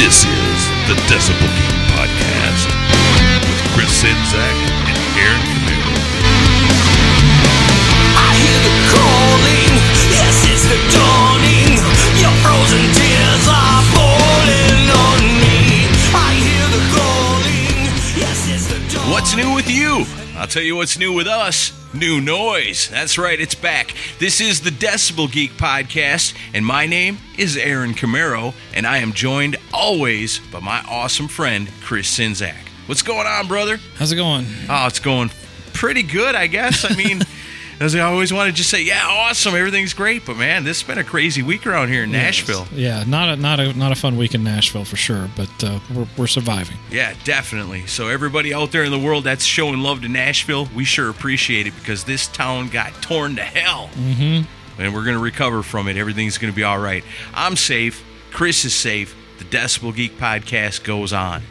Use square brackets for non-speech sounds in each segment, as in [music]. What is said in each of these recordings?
This is the Decibel Geek Podcast with Chris Sinzak and Aaron Camille. I hear the calling, yes, it's the dawning. Your frozen tears are falling on me. I hear the calling, yes, it's the dawning. What's new with you? I'll tell you what's new with us. New noise. That's right, it's back. This is the Decibel Geek Podcast, and my name is Aaron Camero, and I am joined always by my awesome friend, Chris Sinzak. What's going on, brother? How's it going? Oh, it's going pretty good, I guess. I mean, as I always want to just say, yeah, awesome, everything's great, but man, this has been a crazy week around here in Nashville. Yeah, not a not a not a fun week in Nashville for sure, but uh, we're we're surviving. Yeah, definitely. So everybody out there in the world that's showing love to Nashville, we sure appreciate it because this town got torn to hell. Mm-hmm. And we're going to recover from it. Everything's going to be all right. I'm safe. Chris is safe. The Decibel Geek podcast goes on.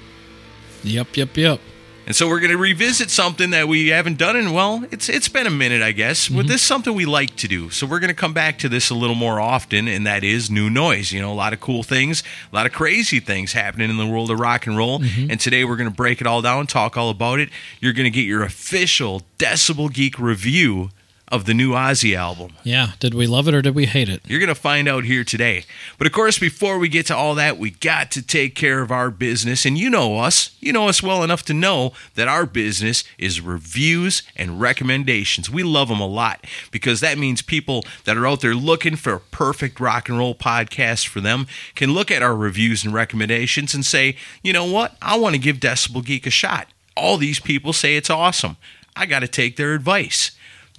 Yep, yep, yep. And so we're going to revisit something that we haven't done in well, it's it's been a minute, I guess. But this is something we like to do. So we're going to come back to this a little more often, and that is new noise. You know, a lot of cool things, a lot of crazy things happening in the world of rock and roll. And today we're going to break it all down, talk all about it. You're going to get your official Decibel Geek review of the new Ozzy album. Yeah, did we love it or did we hate it? You're going to find out here today. But of course, before we get to all that, we got to take care of our business. And you know us. You know us well enough to know that our business is reviews and recommendations. We love them a lot because that means people that are out there looking for a perfect rock and roll podcast for them can look at our reviews and recommendations and say, you know what? I want to give Decibel Geek a shot. All these people say it's awesome. I got to take their advice.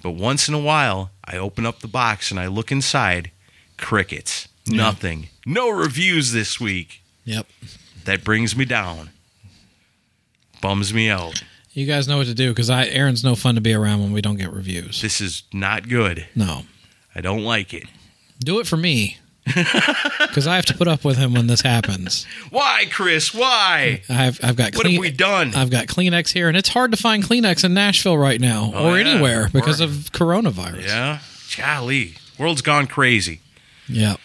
But once in a while, I open up the box and I look inside. Crickets. Nothing. No reviews this week. Yep. That brings me down. Bums me out. You guys know what to do because I Aaron's no fun to be around when we don't get reviews. This is not good. No, I don't like it. do it [laughs] for me because I have to put up with him when this happens. Why, Chris? [laughs] Why? I've I've got What have we done? I've got Kleenex here, and it's hard to find Kleenex in Nashville right now Oh, or yeah. anywhere because Or- of coronavirus. Yeah. Golly. World's gone crazy. yeah.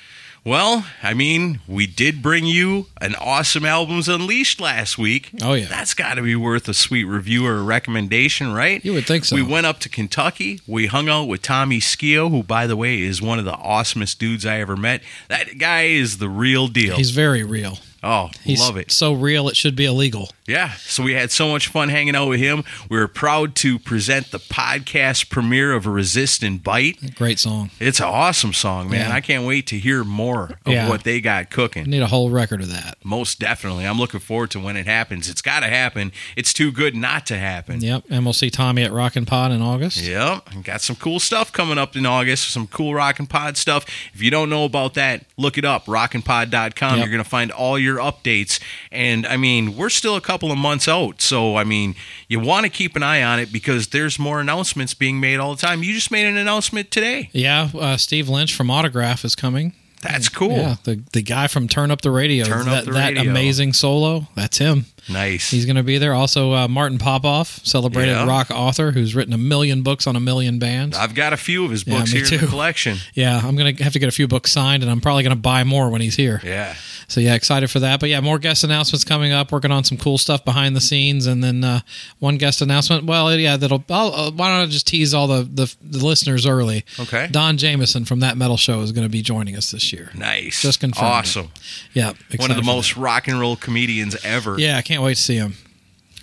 Well, I mean, we did bring you an awesome Albums Unleashed last week. Oh, yeah. That's got to be worth a sweet review or a recommendation, right? You would think so. We went up to Kentucky. We hung out with Tommy Skio, who, by the way, is one of the awesomest dudes I ever met. That guy is the real deal. He's very real. oh, He's love it. So real, it should be illegal. Yeah, so we had so much fun hanging out with him. We were proud to present the podcast premiere of Resist and Bite. Great song. It's an awesome song, man. Yeah. I can't wait to hear more of Yeah. what they got cooking. Need a whole record of that. Most definitely. I'm looking forward to when it happens. It's got to happen. It's too good not to happen. Yep. And we'll see Tommy at Rockin' Pod in August. Yep. And Got some cool stuff coming up in August, some cool Rock and Pod stuff. If you don't know about that, look it up, rockandpod.com. Yep. You're going to find all your updates. And I mean, we're still a couple of months out. So, I mean, you want to keep an eye on it because there's more announcements being made all the time. You just made an announcement today. Yeah, uh, Steve Lynch from Autograph is coming. That's cool. Yeah, the the guy from Turn Up the Radio, Turn Up that, the that Radio. amazing solo, that's him. Nice. He's going to be there. Also, uh, Martin Popoff, celebrated Yeah. rock author who's written a million books on a million bands. I've got a few of his Yeah, books me here in the too. collection. yeah, I'm going to have to get a few books signed, and I'm probably going to buy more when he's here. Yeah. So yeah, excited for that. But yeah, more guest announcements coming up. Working on some cool stuff behind the scenes, and then uh, one guest announcement. Well, yeah, that'll. I'll, uh, why don't I just tease all the, the the listeners early? Okay. Don Jameson from that metal show is going to be joining us this year. Nice. Just confirmed. Awesome. Yeah, One of excited the for most rock and roll comedians ever. that. Yeah, I can't wait to see him.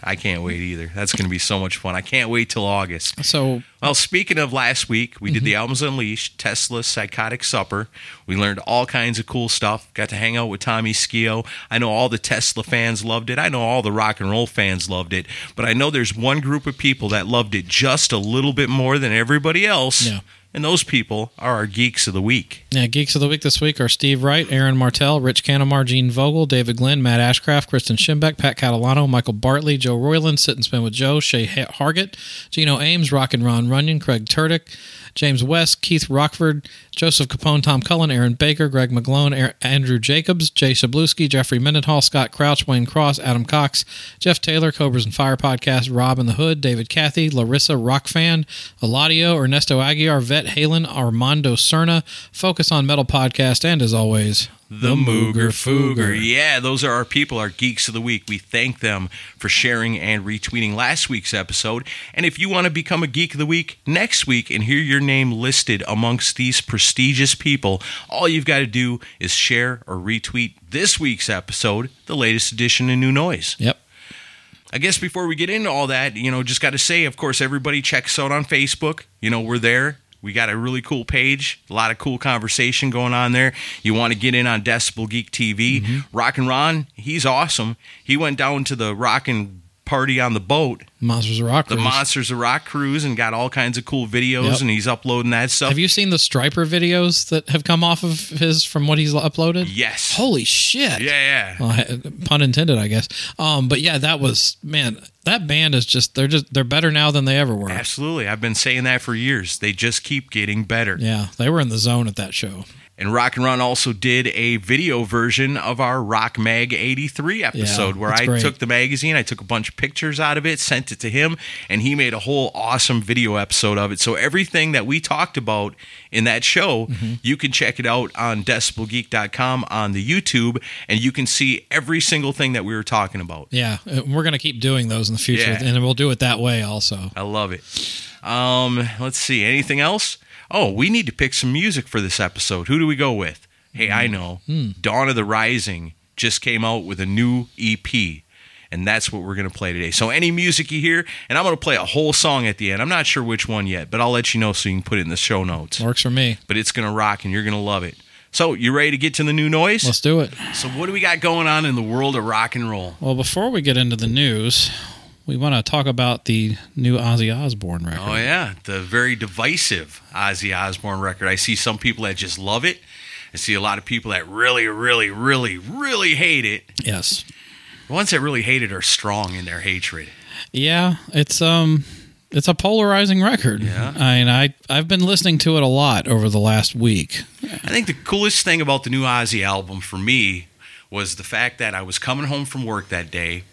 I can't wait either. That's going to be so much fun. I can't wait till August. So Well, speaking of last week, we Mm-hmm. did the albums Unleashed, Tesla's Psychotic Supper. We learned all kinds of cool stuff. Got to hang out with Tommy Skio. I know all the Tesla fans loved it. I know all the rock and roll fans loved it. But I know there's one group of people that loved it just a little bit more than everybody else. Yeah. And those people are our geeks of the week. yeah, geeks of the week this week are Steve Wright, Aaron Martell, Rich Canamar, Gene Vogel, David Glenn, Matt Ashcraft, Kristen Schimbeck, Pat Catalano, Michael Bartley, Joe Royland, Sit and Spin with Joe, Shay Ha- Hargett, Gino Ames, Rock and Ron Runyon, Craig Turdick, James West, Keith Rockford, Joseph Capone, Tom Cullen, Aaron Baker, Greg McGlone, Aaron, Andrew Jacobs, Jay Shabluski, Jeffrey Mendenhall, Scott Crouch, Wayne Cross, Adam Cox, Jeff Taylor, Cobras and Fire Podcast, Rob in the Hood, David Cathy, Larissa Rockfan, Eladio, Ernesto Aguiar, Vet Halen, Armando Cerna, Focus on Metal Podcast, and as always, The Mooger Fooger. Yeah, those are our people, our geeks of the week. We thank them for sharing and retweeting last week's episode. And if you want to become a geek of the week next week and hear your name listed amongst these prestigious people, all you've got to do is share or retweet this week's episode, the latest edition of New Noise. Yep. I guess before we get into all that, you know, just got to say, of course, everybody checks out on Facebook. You know, we're there. We got a really cool page, a lot of cool conversation going on there. You want to get in on Decibel Geek TV. Mm-hmm. Rock and Ron, he's awesome. He went down to the rock and party on the boat, Monsters of Rock. the Cruise. Monsters of Rock cruise, and got all kinds of cool videos, Yep. and he's uploading that stuff. Have you seen the Striper videos that have come off of his from what he's uploaded? yes. Holy shit. yeah, yeah. Well, I- pun intended, I guess. Um, but yeah, that was man. That band is just they're just they're better now than they ever were. Absolutely. I've been saying that for years. They just keep getting better. Yeah, they were in the zone at that show. And Rock and Run also did a video version of our Rock Mag 83 episode Yeah, where that's I great. took the magazine, I took a bunch of pictures out of it, sent it to him, and he made a whole awesome video episode of it. So everything that we talked about in that show, Mm-hmm. you can check it out on decibelgeek.com on the YouTube, and you can see every single thing that we were talking about. Yeah, and we're gonna keep doing those in the future, Yeah. and we'll do it that way also. I love it. Um, let's see. Anything else? Oh, we need to pick some music for this episode. Who do we go with? Hey, I know. Dawn of the Rising just came out with a new EP. And that's what we're going to play today. So, any music you hear, and I'm going to play a whole song at the end. I'm not sure which one yet, but I'll let you know so you can put it in the show notes. Works for me. But it's going to rock and you're going to love it. So, you ready to get to the new noise? Let's do it. so, what do we got going on in the world of rock and roll? Well, before we get into the news, we want to talk about the new Ozzy Osbourne record. Oh yeah, the very divisive Ozzy Osbourne record. I see some people that just love it. I see a lot of people that really, really, really, really hate it. Yes. The ones that really hate it are strong in their hatred. Yeah, it's um it's a polarizing record. Yeah. I mean, I I've been listening to it a lot over the last week. I think the coolest thing about the new Ozzy album for me was the fact that I was coming home from work that day,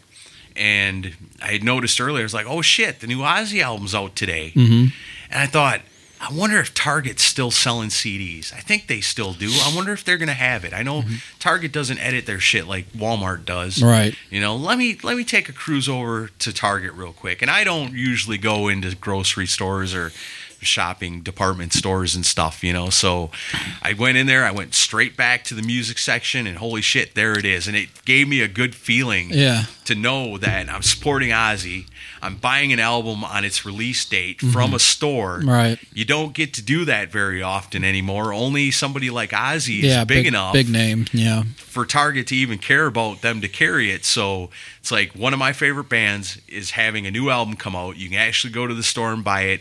and I had noticed earlier. I was like, "Oh shit, the new Ozzy album's out today," and I thought. I wonder if Target's still selling CDs. I think they still do. I wonder if they're going to have it. I know Target doesn't edit their shit like Walmart does. Right. You know, let me let me take a cruise over to Target real quick. And I don't usually go into grocery stores or shopping department stores and stuff, you know. So I went in there, I went straight back to the music section and holy shit, there it is. And it gave me a good feeling Yeah. to know that I'm supporting Ozzy. I'm buying an album on its release date from a store. Mm-hmm. Right. You don't get to do that very often anymore. Only somebody like Ozzy yeah, is big, enough Big name. Yeah. for Target to even care about them to carry it. So it's like one of my favorite bands is having a new album come out. You can actually go to the store and buy it.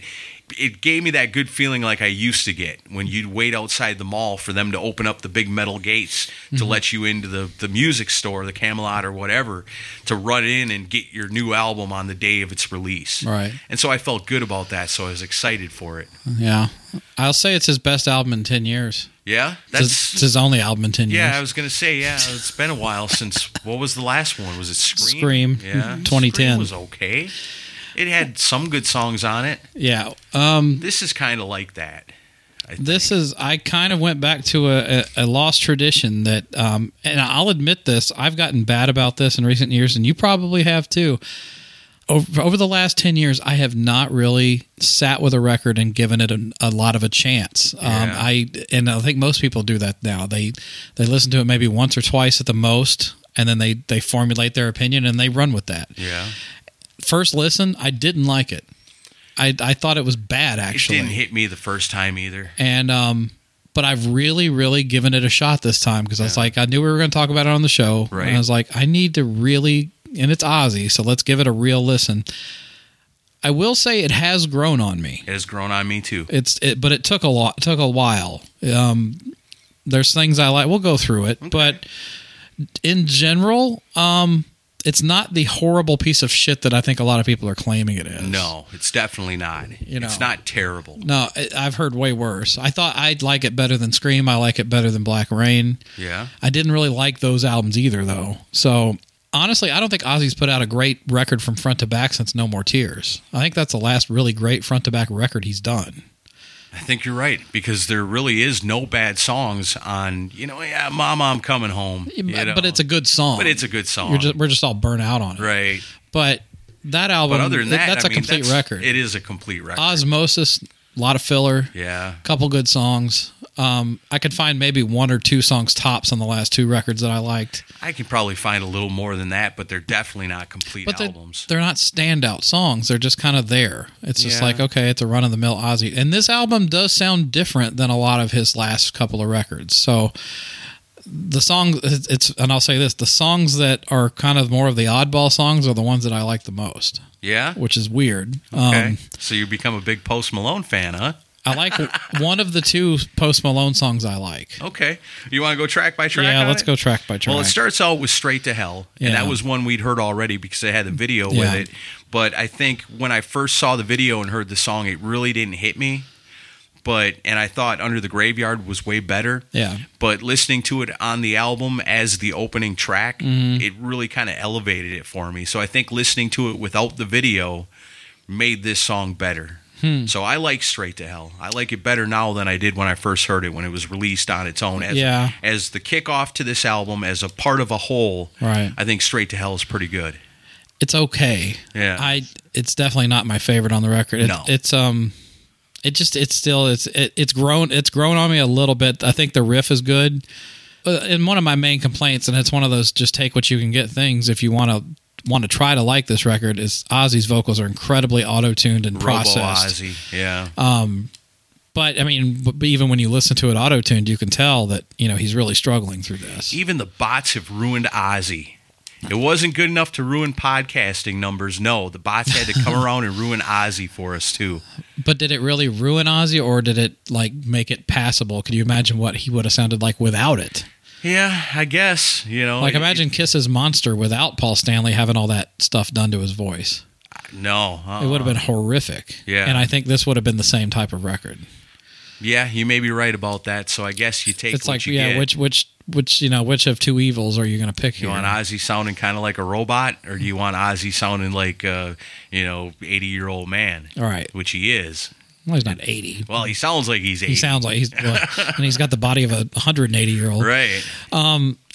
it gave me that good feeling like I used to get when you'd wait outside the mall for them to open up the big metal gates to let you into the, the music store, the Camelot or whatever, to run in and get your new album on the day of its release. Right. And so I felt good about that, so I was excited for it. Yeah. I'll say it's his best album in 10 years. Yeah. It's his- it's his only album in 10 Yeah, I years. was gonna say. Yeah, it's been a while since. What was the last one? Was it Scream? Scream, Mm-hmm. Yeah, 2010. Scream was okay. It had some good songs on it. Yeah. Um, This is kind of like that. I think. This is I kind of went back to a, a, a lost tradition that, um, and I'll admit this, I've gotten bad about this in recent years, and you probably have too. Over, over the last ten years, I have not really sat with a record and given it a, a lot of a chance. Um, Yeah. I and I think most people do that now. They they listen to it maybe once or twice at the most, and then they they formulate their opinion and they run with that. yeah, First listen, I didn't like it. I I thought it was bad. Actually, it didn't hit me the first time either. and um but I've really, really given it a shot this time because I was like, I knew we were going to talk about it on the show. Right. And I was like, I need to really, and it's Ozzy, so let's give it a real listen. I will say it has grown on me. It has grown on me too. It's, it, but it took a lot, took a while. Um, there's things I like. We'll go through it, but in general, um, it's not the horrible piece of shit that I think a lot of people are claiming it is. No, it's definitely not. You know. it's not terrible. No, I- I've heard way worse. I thought I'd like it better than Scream. I like it better than Black Rain. Yeah, I didn't really like those albums either, though. So honestly, I don't think Ozzy's put out a great record from front to back since No More Tears. I think that's the last really great front to back record he's done. I think you're right because there really is no bad songs on. You know, yeah, Mama, I'm coming home. you know. But it's a good song. But it's a good song. You're just, we're just all burnt out on it. right. But that album, But other than that, that's a a complete record. It is a complete record. Osmosis, a lot of filler, yeah. couple good songs. Um, I could find maybe one or two songs tops on the last two records that I liked. I can probably find a little more than that, but they're definitely not complete but they're, albums. they're not standout songs. They're just kind of there. It's just Yeah. like okay, it's a run of the mill Ozzy, and this album does sound different than a lot of his last couple of records. So the song it's and I'll say this: the songs that are kind of more of the oddball songs are the ones that I like the most, yeah. which is weird. Okay. Um, so you become a big Post Malone fan, huh? I like one of the two Post Malone songs I like. Okay. You want to go track by track? yeah, on let's it? go track by track. Well, it starts out with Straight to Hell, and Yeah. that was one we'd heard already because they had the video Yeah. with it. But I think when I first saw the video and heard the song, it really didn't hit me. But and I thought Under the Graveyard was way better. Yeah. But listening to it on the album as the opening track, Mm-hmm. it really kind of elevated it for me. So I think listening to it without the video made this song better. Hmm. So I like Straight to Hell. I like it better now than I did when I first heard it when it was released on its own as Yeah. as the kickoff to this album as a part of a whole. Right. I think Straight to Hell is pretty good. it's okay. Yeah. I it's definitely not my favorite on the record. It, No. It's um it just it's still it's it, it's grown it's grown on me a little bit. I think the riff is good. Uh, and one of my main complaints and it's one of those just take what you can get things if you want to want to try to like this record is Ozzy's vocals are incredibly auto-tuned and processed. Uh, Robo Ozzy. Yeah. But I mean but even when you listen to it auto-tuned you can tell that you know he's really struggling through this. Even the bots have ruined Ozzy. It wasn't good enough to ruin podcasting numbers. No, the bots had [laughs] to come around and ruin Ozzy for us too. But did it really ruin Ozzy or did it like make it passable? Can you imagine what he would have sounded like without it? Yeah, I guess you know. Like it- imagine Kiss's Monster without Paul Stanley having all that stuff done to his voice. no, uh-uh. It would have been horrific. Yeah. And I think this would have been the same type of record. Yeah, you may be right about that. So I guess you take. It's what like you yeah, get. which which which you know, which of two evils are you going to pick Do here? you want Ozzy sounding kind of like a robot, or do you want Ozzy sounding like a you know eighty year old man? All right. which he is. Well, he's not [laughs] 80. Well, he sounds like he's eighty. He sounds like he's well, and he's got the body of a 180-year-old. right.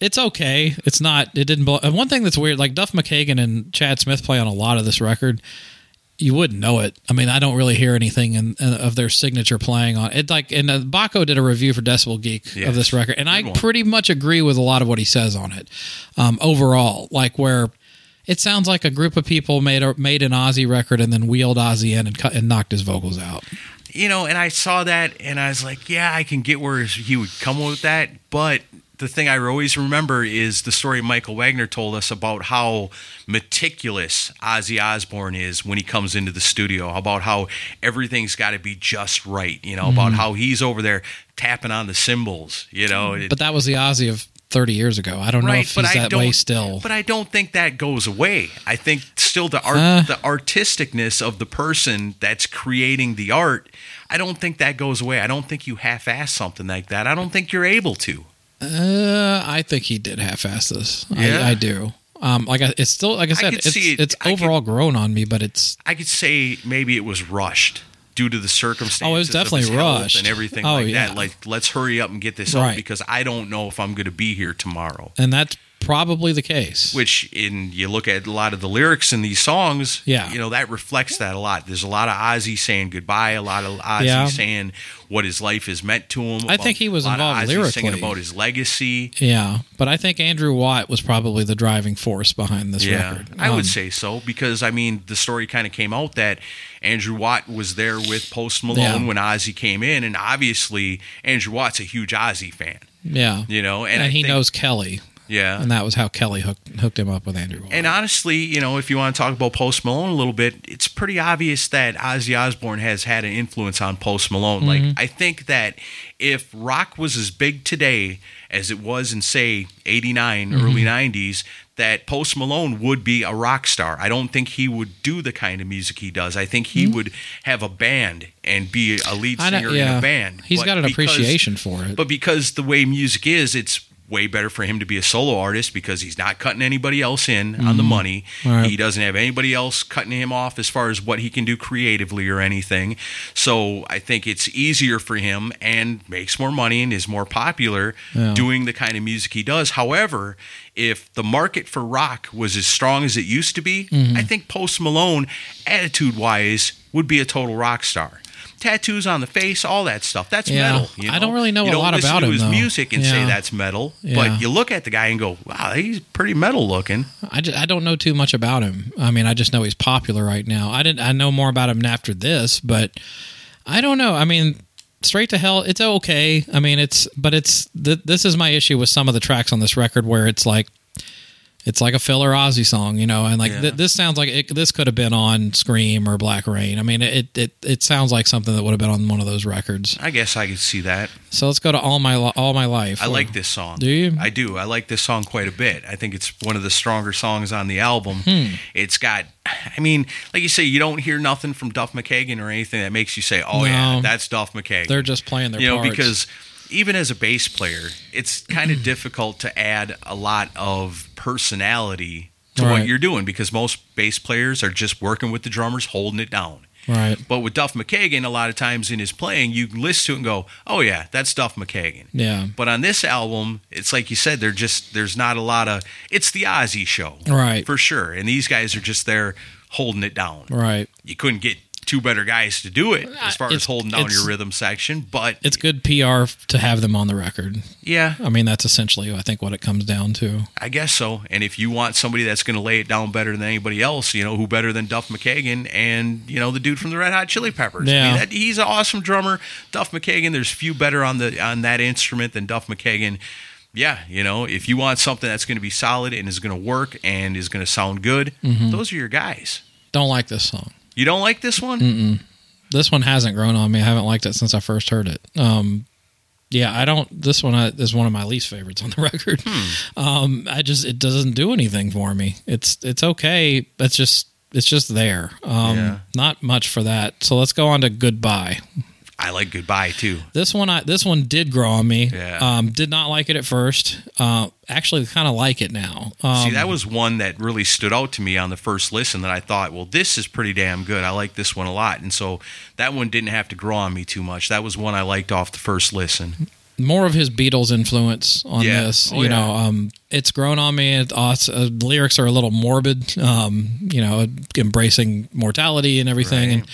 It's okay. It's not it didn't blow. and one thing that's weird like Duff McKagan and Chad Smith play on a lot of this record. you wouldn't know it. I mean, I don't really hear anything in, in- of their signature playing on it. Like, and uh, Baco did a review for Decibel Geek Yes. of this record, and I one. pretty much agree with a lot of what he says on it. Um, overall, like where it sounds like a group of people made a, made an Ozzy record and then wheeled Ozzy in and cut, and knocked his vocals out. You know, and I saw that, and I was like, yeah, I can get where he would come with that, but the thing I always remember is the story Michael Wagner told us about how meticulous Ozzy Osbourne is when he comes into the studio, about how everything's got to be just right, you know, about how he's over there tapping on the cymbals, you know. It- But that was the Ozzy of 30 years ago. I don't know if he's that way still. But I don't think that goes away. I think still the art, Uh. the artisticness of the person that's creating the art. I don't think that goes away. I don't think you half-ass something like that. I don't think you're able to. Uh, I think he did half-ass this. Yeah? I, I do. Um, like I, it's still like I said, could it's see it. it's I could- overall grown on me, but it's I could say maybe it was rushed due to the circumstances. Oh, it was of definitely his health rushed. and everything Oh, like yeah. that. Like, let's hurry up and get this Right. up because I don't know if I'm going to be here tomorrow. and that's probably the case. Which, in you look at a lot of the lyrics in these songs, Yeah. you know that reflects that a lot. There's a lot of Ozzy saying goodbye, a lot of Ozzy Yeah. saying what his life has meant to him. I think he was a lot involved of Ozzy singing lyrically. about his legacy. yeah, but I think Andrew Watt was probably the driving force behind this Yeah, record. I Um, would say so because I mean the story kind of came out that Andrew Watt was there with Post Malone Yeah. when Ozzy came in, and obviously Andrew Watt's a huge Ozzy fan, yeah, you know, and, and, I he think- Uh. knows Kelly, yeah. and that was how Kelly hooked hooked him up with Andrew Watt. and honestly, you know, if you want to talk about Post Malone a little bit, it's pretty obvious that Ozzy Osbourne has had an influence on Post Malone. Mm-hmm. Like, I think that if rock was as big today as it was in, say, 89, Mm-hmm. early 90s, that Post Malone would be a rock star. I don't think he would do the kind of music he does. I think he would have a band and be a lead Mm-hmm. I know- singer in a band. He's But got an because- appreciation for it. but because the way music is, it's way better for him to be a solo artist because he's not cutting anybody else in on the money. Right. He doesn't have anybody else cutting him off as far as what he can do creatively or anything. So I think it's easier for him and makes more money and is more popular doing the kind of music he does. However, if the market for rock was as strong as it used to be, I think Post Malone, attitude wise, would be a total rock star. Tattoos on the face, all that stuff. That's Yeah. metal. you I don't really know You a don't lot listen about to him, his though. music and say Yeah. that's metal, Yeah. but you look at the guy and go, "Wow, he's pretty metal looking." I, ju- I don't know too much about him. I mean, I just know he's popular right now. I didn't. I know more about him after this, but I don't know. I mean, straight to hell. It's okay. I mean, it's but it's th- this is my issue with some of the tracks on this record where it's like it's like a filler Ozzy song, you know, and like th- this sounds like it, this could have been on Scream or Black Rain. I mean, it it it sounds like something that would have been on one of those records. I guess I could see that. So let's go to all my Li- all my life. I like this song. Do you? I do. I like this song quite a bit. I think it's one of the stronger songs on the album. Hmm. It's got, I mean, like you say, you don't hear nothing from Duff McKagan or anything that makes you say, "Oh yeah, No. that's Duff McKagan." They're just playing their you know parts. because even as a bass player it's kind of difficult to add a lot of personality to what Right. you're doing because most bass players are just working with the drummers holding it down right. but with Duff McKagan, a lot of times in his playing, you can listen to it and go, "Oh yeah, that's Duff McKagan." Yeah. But on this album, it's like you said, they're just there's not a lot of it's the Ozzy show, Right. For sure. And these guys are just there holding it down. Right. Uh, You couldn't get two better guys to do it as far as It's- holding down it's- your rhythm section, but It's good PR to have them on the record. yeah, I mean, that's essentially, I think, what it comes down to. I guess so. And if you want somebody that's going to lay it down better than anybody else, you know, who better than Duff McKagan and, you know, the dude from the Red Hot Chili Peppers. I mean, Yeah. that, he's an awesome drummer. Duff McKagan, there's few better on the on that instrument than Duff McKagan. Yeah, you know, if you want something that's going to be solid and is going to work and is going to sound good, those are your guys. Don't like this song. You don't like this one? This one hasn't grown on me. I haven't liked it since I first heard it. Um, yeah, I don't. This one I, is one of my least favorites on the [laughs] record. Hmm. Um, I just it doesn't do anything for me. It's it's okay. It's just it's just there. Um, Yeah. Not much for that. So let's go on to goodbye. I like Goodbye too. This one, I this one did grow on me. Yeah. Um, did not like it at first. Uh, actually, kind of like it now. Um, See, that was one that really stood out to me on the first listen that I thought, well, this is pretty damn good. I like this one a lot. And so that one didn't have to grow on me too much. That was one I liked off the first listen. more of his Beatles influence on Yeah. this. Oh, you yeah. know, um, it's grown on me. It, uh, it's, uh, lyrics are a little morbid. Um, you know, embracing mortality and everything, and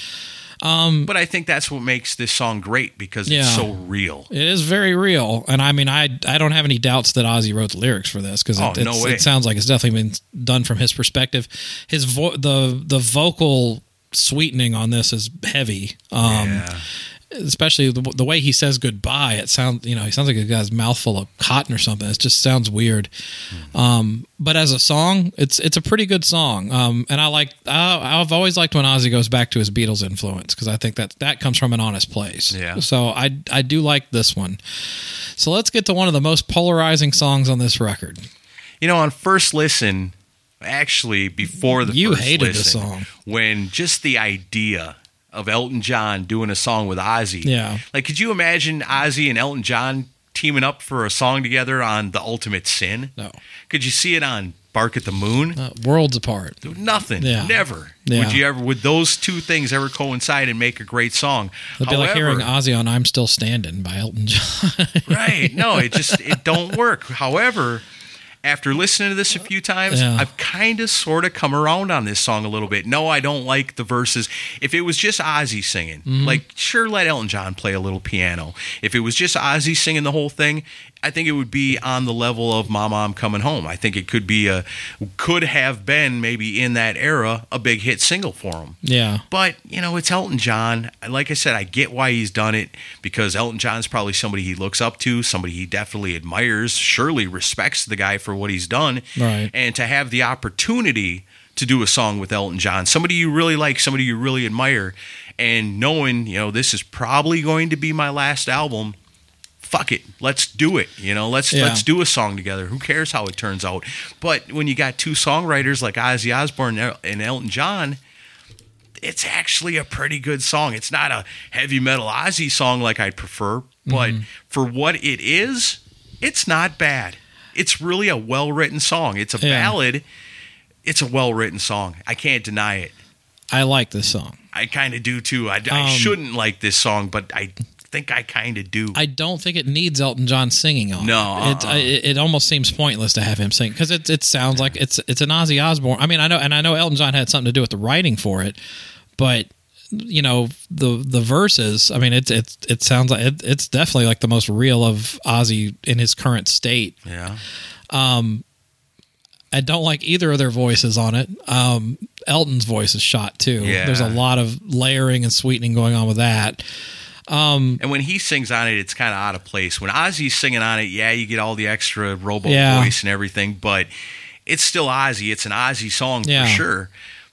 But I think that's what makes this song great because it's Mm. Yeah. so real. it is very real. And I mean, I I don't have any doubts that Ozzy wrote the lyrics for this because it, Oh, no it's- way. it sounds like it's definitely been done from his perspective. His vo- the the vocal sweetening on this is heavy. Um, especially the, the way he says goodbye. It sounds, you know, he sounds like a guy's mouthful of cotton or something. It just sounds weird. Um, but as a song, it's it's a pretty good song. Um, and I like I, I've always liked when Ozzy goes back to his Beatles influence because I think that that comes from an honest place. Yeah. So I I do like this one. So let's get to one of the most polarizing songs on this record. You know, on first listen, actually before the You first hated the listen, song. when just the idea of Elton John doing a song with Ozzy. Yeah. Like, could you imagine Ozzy and Elton John teaming up for a song together on The Ultimate Sin? No. Could you see it on Bark at the Moon? Uh, worlds apart. Nothing. Yeah. Never. Yeah. Would you ever? Would those two things ever coincide and make a great song? It'd be like hearing Ozzy on "I'm Still Standing" by Elton John. [laughs] right no it just it don't work however after listening to this a few times Yeah. i've kind of sort of come around on this song a little bit no i don't like the verses if it was just ozzy singing like sure let elton john play a little piano if it was just ozzy singing the whole thing i think it would be on the level of mama i'm coming home i think it could be a could have been maybe in that era a big hit single for him yeah. but you know, it's Elton John. Like I said, I get why he's done it because Elton John's probably somebody he looks up to, somebody he definitely admires, surely respects the guy for what he's done, Right. and to have the opportunity to do a song with Elton John, somebody you really like, somebody you really admire, and knowing you know this is probably going to be my last album. Fuck it, let's do it. You know, let's Yeah. let's do a song together. Who cares how it turns out? But when you got two songwriters like Ozzy Osbourne and Elton John, it's actually a pretty good song. It's not a heavy metal Ozzy song like I'd prefer, but Mm-hmm. for what it is, it's not bad. It's really a well written song. It's a Yeah. ballad. It's a well written song. I can't deny it. I like this song. I kind of do too. I, I Um, shouldn't like this song, but I think I kind of do. I don't think it needs Elton John singing on. No, it. It, uh-uh. I- it, it almost seems pointless to have him sing because it it sounds like it's it's an Ozzy Osbourne. I mean, I know and I know Elton John had something to do with the writing for it, but you know the the verses. I mean, it's it's it sounds like it, it's definitely like the most real of Ozzy in his current state. yeah. I don't like either of their voices on it. Um, Elton's voice is shot too. Yeah. There's a lot of layering and sweetening going on with that. And when he sings on it, it's kind of out of place. When Ozzy's singing on it, yeah, you get all the extra robo Yeah. voice and everything, but it's still Ozzy. It's an Ozzy song Yeah. for sure.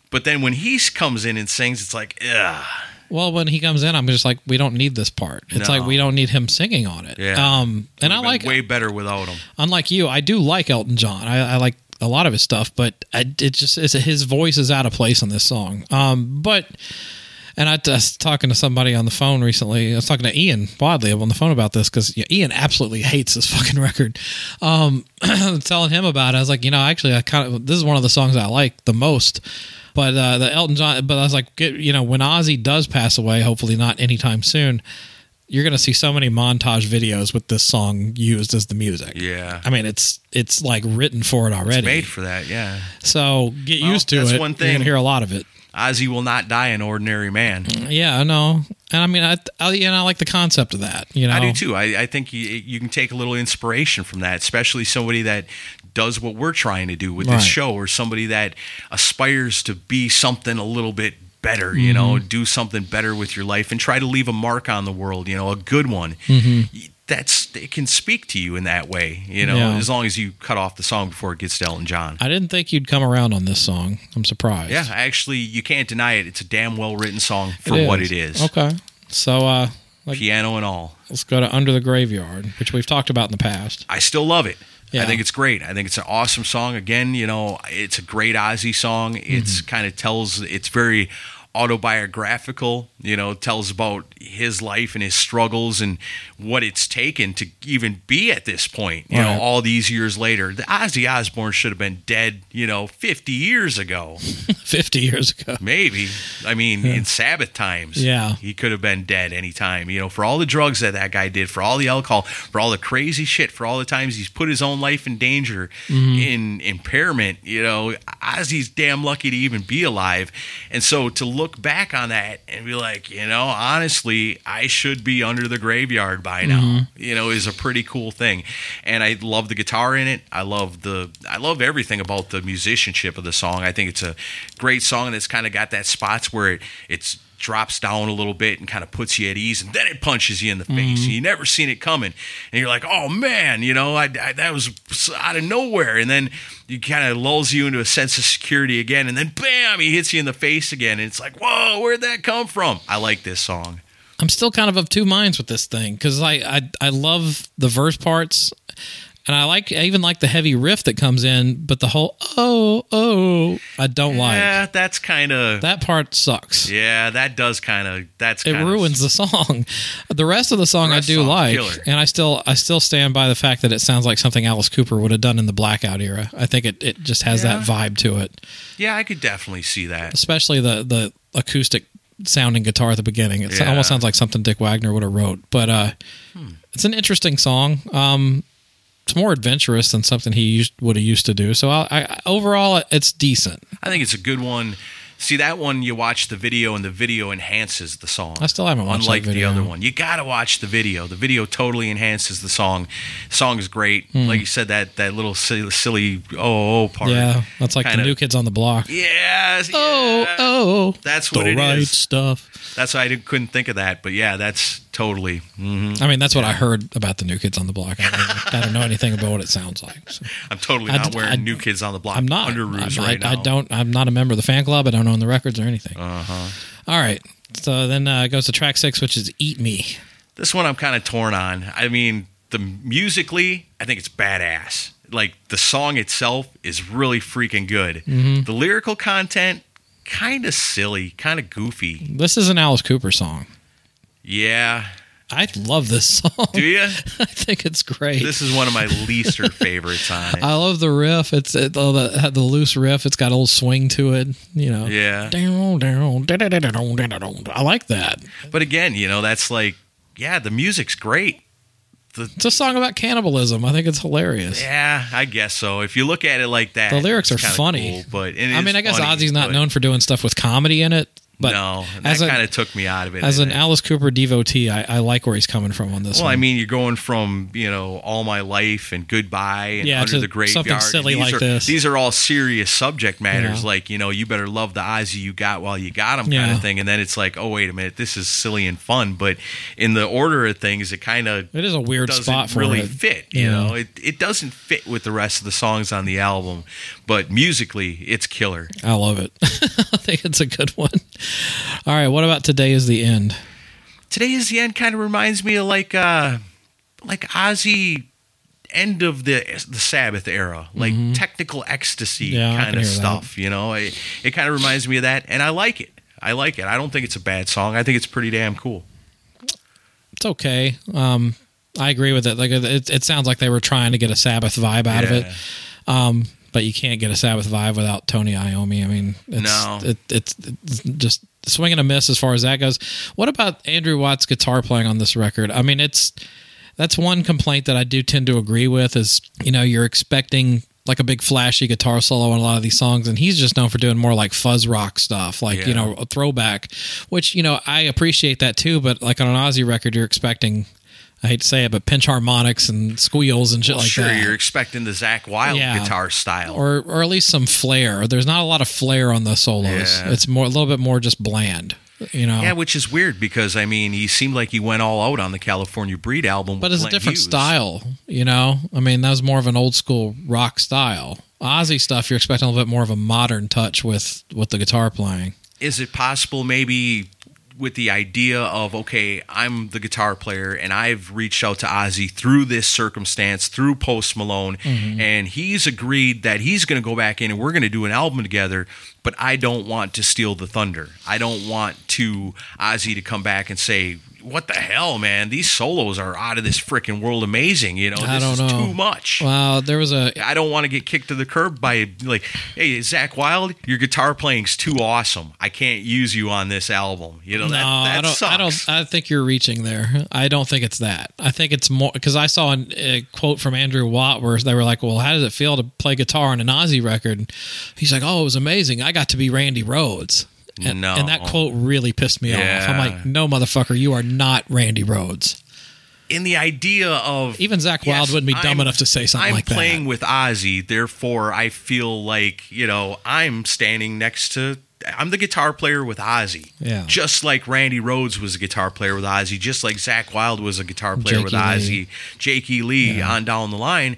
But then when he s- comes in and sings, it's like, ugh. Well, when he comes in, I'm just like, we don't need this part. It's No. like we don't need him singing on it. Yeah. Um, and I Been like, way better without him. unlike you, I do like Elton John. I, I like a lot of his stuff, but I, it just it's, his voice is out of place on this song. Um, but and I, I was talking to somebody on the phone recently. I was talking to Ian Wadley on the phone about this because Ian absolutely hates this [laughs] fucking record. Um, [clears throat] telling him about it, I was like, you know, actually, I kind of this is one of the songs I like the most. But uh, the Elton John, but I was like, get, you know, when Ozzy does pass away, hopefully not anytime soon, you're going to see so many montage videos with this song used as the music. Yeah. I mean, it's it's like written for it already. Made for that, yeah. so get Well, used to that's it. one You're thing. gonna hear a lot of it. Ozzy will not die an ordinary man. Yeah, I know. And I mean, I, I and I like the concept of that. You know, I do too. I, I think you, you can take a little inspiration from that, especially somebody that does what we're trying to do with Right. this show, or somebody that aspires to be something a little bit better. You know, Mm-hmm. do something better with your life and try to leave a mark on the world. You know, a good one. Mm-hmm. That's it can speak to you in that way. You know, Yeah. as long as you cut off the song before it gets to Elton John. I didn't think you'd come around on this song. I'm surprised. yeah, actually, you can't deny it. It's a damn well written song It for what it is, Okay, so uh, like, piano and all. let's go to Under the Graveyard, which we've talked about in the past. [laughs] I still love it. Yeah. I think it's great. I think it's an awesome song. Again, you know, it's a great Ozzy song. It's Mm-hmm. kind of tells. It's very autobiographical. You know, tells about his life and his struggles and what it's taken to even be at this point. You Right. know, all these years later, the Ozzy Osbourne should have been dead. You know, fifty years ago, Fifty years ago. maybe. I mean, in Sabbath times, Yeah. he could have been dead anytime. You know, for all the drugs that that guy did, for all the alcohol, for all the crazy shit, for all the times he's put his own life in danger, in impairment. You know, Ozzy's damn lucky to even be alive. And so to look back on that and be like, you know, honestly, I should be under the graveyard by now. You know, is a pretty cool thing. And I love the guitar in it. I love the I love everything about the musicianship of the song. I think it's a great song and it's kind of got that spots where it it's drops down a little bit and kind of puts you at ease, and then it punches you in the face. Mm-hmm. And you never seen it coming, and you're like, "Oh man, you know, I, I- that was out of nowhere." And then you kind of lulls you into a sense of security again, and then bam, he hits you in the face again, and it's like, "Whoa, where'd that come from?" I like this song. I'm still kind of of two minds with this thing because I, I I love the verse parts, and I like I even like the heavy riff that comes in, but the whole oh oh I don't like Yeah, that's kind of. that part sucks. Yeah, that does kind of. That's It kinda- ruins the song. The rest of the song I Rest do song's like, killer. and I still I still stand by the fact that it sounds like something Alice Cooper would have done in the Blackout era. I think it, it just has that vibe to it, Yeah, I could definitely see that. especially the the acoustic sounding guitar at the beginning. It Yeah. Hmm. almost sounds like something Dick Wagner would have wrote. But uh, it's an interesting song. Um, it's more adventurous than something he used, would have used to do. So I, I, overall, it's decent. I think it's a good one. See that one? You watch the video, and the video enhances the song. I still haven't watched that Unlike video. the other one, you gotta watch the video. The video totally enhances the song. song is great. Hmm. Like you said, that that little silly, silly oh, oh part. Yeah, that's like Kinda- the new kids on the block. Yes. Oh yeah. oh, That's the what it is. right stuff. That's why I didn't, couldn't think of that. But yeah, that's totally. mhm. I mean, that's what I heard about the new kids on the block. I don't, I don't know anything about what it sounds like. So. I'm totally I not d- wearing I- New Kids on the Block. I'm not. under ruse I, right I, now. I don't. I'm not a member of the fan club. I don't own the records or anything. Uh Uh-huh. huh. All right. So then uh, it goes to track six, which is "Eat Me." This one I'm kind of torn on. I mean, the musically, I think it's badass. Like the song itself is really freaking good. Mm-hmm. The lyrical content kind of silly, kind of goofy. This is an Alice Cooper song. Yeah. I love this [laughs] song. Do you? I think it's great. this is one of my [laughs] leaster favorites on it. I love the riff. It's it, oh, the, the loose riff. It's got old swing to it. You know. Yeah. Down, down, da-da-da-da-dum, da-da-dum. I like that. But again, you know, that's like yeah, the music's great. It's a song about cannibalism. I think it's hilarious. Yeah, I guess so. If you look at it like that, The lyrics it's are kinda funny. cool, but and it I is mean, I guess funny, Ozzy's not but known for doing stuff with comedy in it, but no, and that as a- kind of took me out of it. as in an it. Alice Cooper devotee, I, I like where he's coming from on this Well, one. I mean, you're going from you know all my life and goodbye and Yeah, under to the graveyard. something and silly these like are, this. These are all serious subject matters, Yeah. like you know, you better love the Ozzy you got while you got him, kind Yeah. of thing. And then it's like, oh wait a minute, this is silly and fun, but in the order of things, it kind of it is a weird doesn't spot for really it. fit. You Yeah. know, it it doesn't fit with the rest of the songs on the album, but musically, it's killer. I love it. [laughs] I think it's a good one. All right, what about today is the end? today is the end kind of reminds me of like uh like Ozzy end of the the Sabbath era, like technical ecstasy Mm-hmm. Yeah, I can kind of hear that. stuff. You know, it, it kind of reminds me of that, and I like it. I like it. I don't think it's a bad song. I think it's pretty damn cool. It's okay. Um, I agree with it. Like it, it sounds like they were trying to get a Sabbath vibe out of Yeah. it, um, but you can't get a Sabbath vibe without Tony Iommi. I mean, it's, No. it, it's, it's just swing and a miss as far as that goes. What about Andrew Watt's guitar playing on this record? I mean, it's that's one complaint that I do tend to agree with is you know you're expecting like a big flashy guitar solo on a lot of these songs and he's just known for doing more like fuzz rock stuff like Yeah. you know a throwback which you know I appreciate that too but like on an Aussie record you're expecting I hate to say it but pinch harmonics and squeals and shit like sure, that you're expecting the Zach Wild Yeah. guitar style. or or at least some flair there's not a lot of flair on the solos Yeah. it's more a little bit more just bland you know yeah, which is weird because I mean, he seemed like he went all out on the California Breed album, but with it's a Glenn different Hughes. style, you know. I mean, that was more of an old school rock style. Ozzy stuff, you're expecting a little bit more of a modern touch with with the guitar playing. is it possible maybe with the idea of okay i'm the guitar player and i've reached out to ozzy through this circumstance through post malone Mm-hmm. and he's agreed that he's going to go back in and we're going to do an album together but i don't want to steal the thunder i don't want to ozzy to come back and say what the hell man these solos are out of this freaking world amazing you know this I don't is know. too much Wow, there was a I don't want to get kicked to the curb by like, hey, Zach Wild, your guitar playing's too awesome. I can't use you on this album. You know, no. that, that I don't. sucks. I don't. I think you're reaching there. I don't think it's that. I think it's more because I saw an, a quote from Andrew Watt where they were like, "Well, how does it feel to play guitar on an Ozzy record?" He's like, "Oh, it was amazing. I got to be Randy Rhodes." And, No. and that quote really pissed me off. I'm Yeah. like, "No, motherfucker, you are not Randy Rhodes." In the idea of Even Zach Wilde wouldn't be dumb enough to say something I'm like that. playing with Ozzy, therefore I feel like you know I'm standing next to I'm the guitar player with Ozzy. Yeah. Just like Randy Rhodes was a guitar player with Ozzy, just like Zach Wilde was a guitar player Jake with E. Ozzy, Jakey Lee on down the line.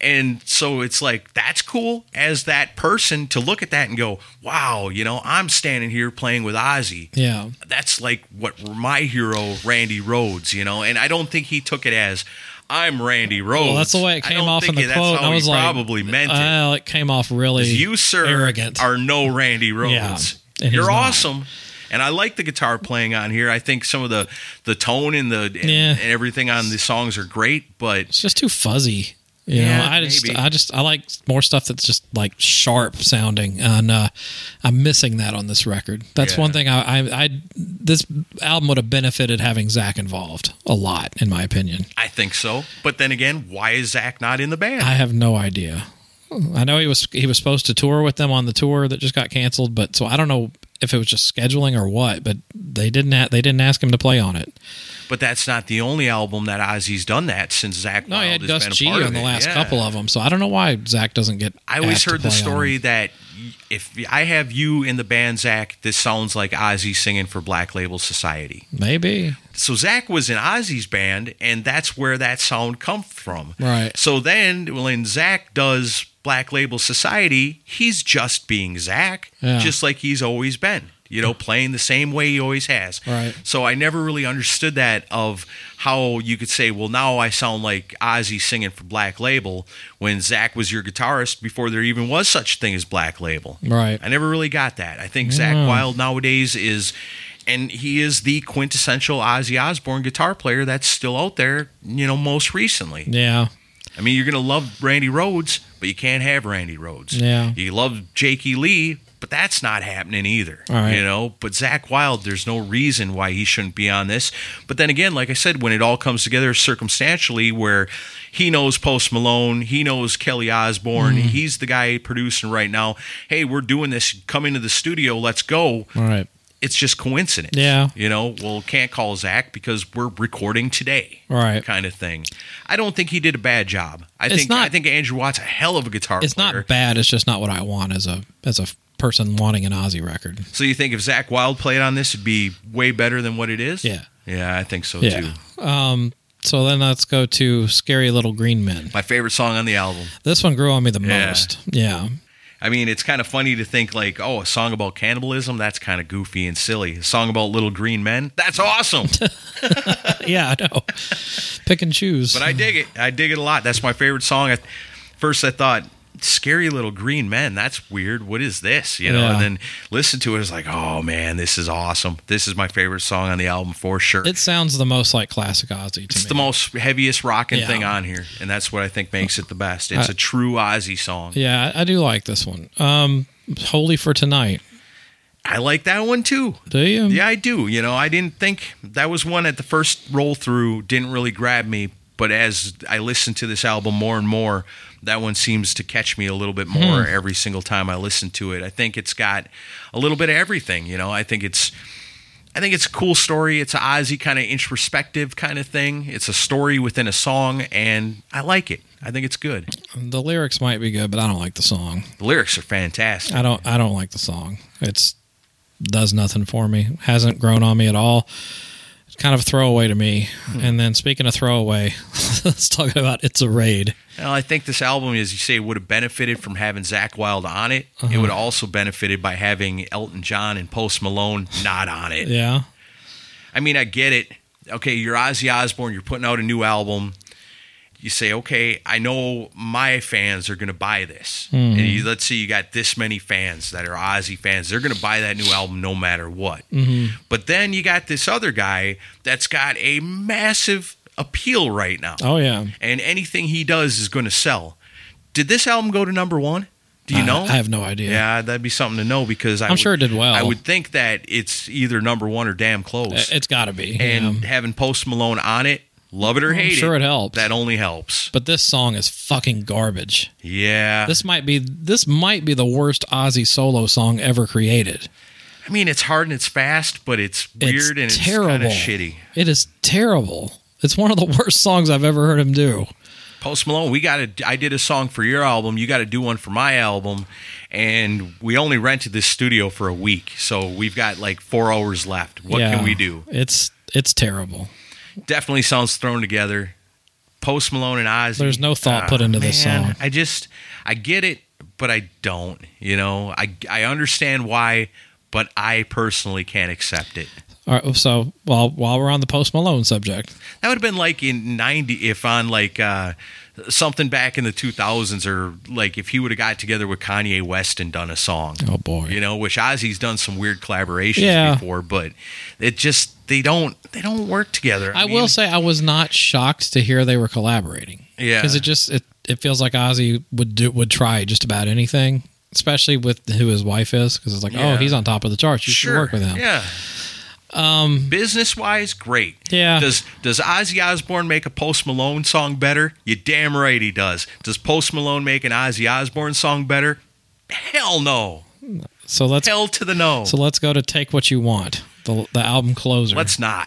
And so it's like that's cool as that person to look at that and go, "Wow, you know, I'm standing here playing with Ozzy." Yeah. that's like what my hero Randy Rhodes, you know, and I don't think he took it as I'm Randy Rhodes. Well, that's the way it I came don't off in think the that's quote. how and I he was like, probably meant it. Well, it came off really You sir arrogant. are no Randy Rhodes. Yeah, and he's You're not. awesome. And I like the guitar playing on here. I think some of the the tone and the and, Yeah. and everything on the songs are great, but it's just too fuzzy. You Yeah, know, I just, maybe. I just, I like more stuff that's just like sharp sounding, and uh, I'm missing that on this record. That's Yeah. one thing I, I, I, this album would have benefited having Zach involved a lot, in my opinion. I think so. But then again, why is Zach not in the band? I have no idea. I know he was he was supposed to tour with them on the tour that just got canceled, but so I don't know if it was just scheduling or what, but they didn't ha- they didn't ask him to play on it. but that's not the only album that Ozzy's done that since Zach No, he Wilde had has Dust been a G part on of the it. last Yeah. couple of them, so I don't know why Zach doesn't get. I always asked to heard the play on story them. that y- if I have you in the band, Zach, this sounds like Ozzy singing for Black Label Society. Maybe so Zach was in Ozzy's band, and that's where that sound come from. Right. So then when Zach does Black Label Society, he's just being Zach, Yeah. just like he's always been. You know, playing the same way he always has. Right. So I never really understood that of how you could say, well, now I sound like Ozzy singing for Black Label when Zach was your guitarist before there even was such a thing as Black Label. Right. I never really got that. I think Zach Wild nowadays is, and he is the quintessential Ozzy Osbourne guitar player that's still out there. You know, most recently. Yeah, I mean, you're gonna love Randy Rhodes, but you can't have Randy Rhodes. Yeah. You love Jakey Lee, but that's not happening either. All right. You know, but Zach Wild, there's no reason why he shouldn't be on this. But then again, like I said, when it all comes together circumstantially, where he knows Post Malone, he knows Kelly Osbourne, Mm-hmm. he's the guy producing right now. Hey, we're doing this. Come into the studio. Let's go. all right. It's just coincidence. Yeah. You know, well, can't call Zach because we're recording today All right. kind of thing. I don't think he did a bad job. I It's think not- I think Andrew Watt's a hell of a guitar It's player. not bad. It's just not what I want as a as a person wanting an Aussie record. so you think if Zach Wild played on this, it'd be way better than what it is? Yeah. yeah, I think so too. Yeah. Um. So then let's go to Scary Little Green Men. My favorite song on the album. This one grew on me the Yeah. most. Yeah. [laughs] I mean, it's kind of funny to think like, oh, a song about cannibalism, that's kind of goofy and silly. A song about little green men, that's awesome. Yeah, I know. Pick and choose. but I dig it. I dig it a lot. That's my favorite song. At first, I thought, "Scary Little Green Men." That's weird. What is this? You know. Yeah. And then listen to it. It's like, oh man, this is awesome. This is my favorite song on the album for sure. it It's, sounds the most like classic Ozzy to me. the most heaviest rocking Yeah. thing on here, and that's what I think makes it the best. It's a true Ozzy song. yeah, I, I do like this one. Um, Holy for Tonight. I like that one too. Do you? Yeah, I do. You know, I didn't think that was one at the first roll through didn't really grab me, but as I listen to this album more and more, that one seems to catch me a little bit more every single time I listen to it. I think it's got a little bit of everything, you know. I think it's I think it's a cool story. It's a Ozzy kind of introspective kind of thing. It's a story within a song and I like it. I think it's good. The lyrics might be good, but I don't like the song. The lyrics are fantastic. I don't. I don't like the song. It's does nothing for me. Hasn't grown on me at all. It's kind of a throwaway to me. Hmm. And then speaking of throwaway, [laughs] let's talk about it's a raid. Well, I think this album, as you say, would have benefited from having Zach Wilde on it. Uh-huh. It would have also benefited by having Elton John and Post Malone not on it. Yeah, I mean, I get it. Okay, you're Ozzy Osbourne, you're putting out a new album. You say, okay, I know my fans are going to buy this. Hmm. And you, let's say you got this many fans that are Ozzy fans. They're going to buy that new album no matter what. Mm-hmm. But then you got this other guy that's got a massive appeal right now Oh yeah. and anything he does is going to sell. Did this album go to number one? Do you I- know? I have no idea. Yeah, that'd be something to know because I I'm sure it did well. I would think that it's either number one or damn close. It's got to be. and Uh, yeah. having Post Malone on it, love it or hate sure it, it helps. That only helps. but this song is fucking garbage. Yeah, This might be this might be the worst Ozzy solo song ever created. I mean it's hard and it's fast, but it's weird It's and it's terrible. kind of shitty. [laughs] It is terrible. It's one of the worst songs I've ever heard him do. Post Malone, we got to. I did a song for your album. You got to do one for my album, and we only rented this studio for a week, so we've got like four hours left. What Yeah. can we do? It's it's terrible. Definitely sounds thrown together. Post Malone and Ozzy. There's no thought Ah, put into this song. I just, I get it, but I don't. You know, I I understand why, but I personally can't accept it. All right, so while while we're on the Post Malone subject, That would have been like in '90, if on like uh, something back in the 2000s, or like if he would have got together with Kanye West and done a song. oh boy, You know, which Ozzy's done some weird collaborations Yeah. before, but it just they don't they don't work together. I, mean, will say I was not shocked to hear they were collaborating. Yeah. because it just it, it feels like Ozzy would do would try just about anything, especially with who his wife is, because it's like oh Yeah. he's on top of the charts, you should sure, work with him. Yeah. Um, business wise, great. Yeah. Does does Ozzy Osbourne make a Post Malone song better? You damn right he does. Does Post Malone make an Ozzy Osbourne song better? Hell no. So let's Hell to the no. so let's go to take what you want the the album closer. Let's not.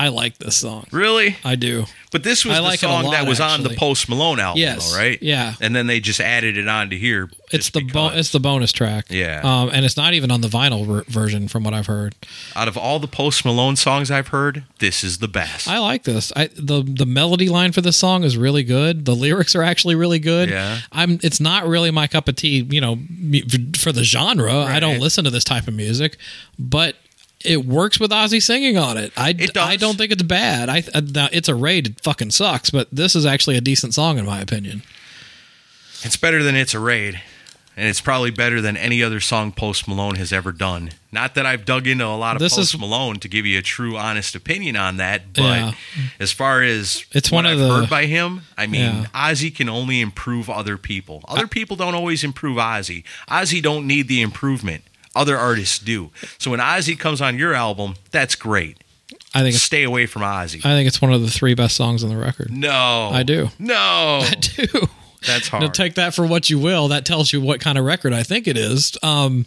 I like this song. Really? I do. But this was I the like it a song lot, that was on actually. the Post Malone album, Yes, though, right? yeah. And then they just added it on to here. It's just the bo- because. it's the bonus track. Yeah. Um, and it's not even on the vinyl ver- version from what I've heard. out of all the Post Malone songs I've heard, this is the best. I like this. I the the melody line for this song is really good. The lyrics are actually really good. Yeah. I'm. It's not really my cup of tea. You know, me- f- for the genre, I don't Right. listen to this type of music, but it works with Ozzy singing on it. I It does. I don't think it's bad. I, I now, it's a raid. It fucking sucks, but this is actually a decent song in my opinion. it's better than It's a Raid, and it's probably better than any other song Post Malone has ever done. Not that I've dug into a lot of This Post is- Malone to give you a true, honest opinion on that, but Yeah. as far as It's what one of I've the- heard by him, I mean Yeah. Ozzy can only improve other people. Other people don't always improve Ozzy. Ozzy don't need the improvement. Other artists do. So when Ozzy comes on your album, that's great. I think it's Stay away from Ozzy. I think it's one of the three best songs on the record. no, I do. [laughs] No, I do. that's hard. Now take that for what you will. That tells you what kind of record I think it is. Um,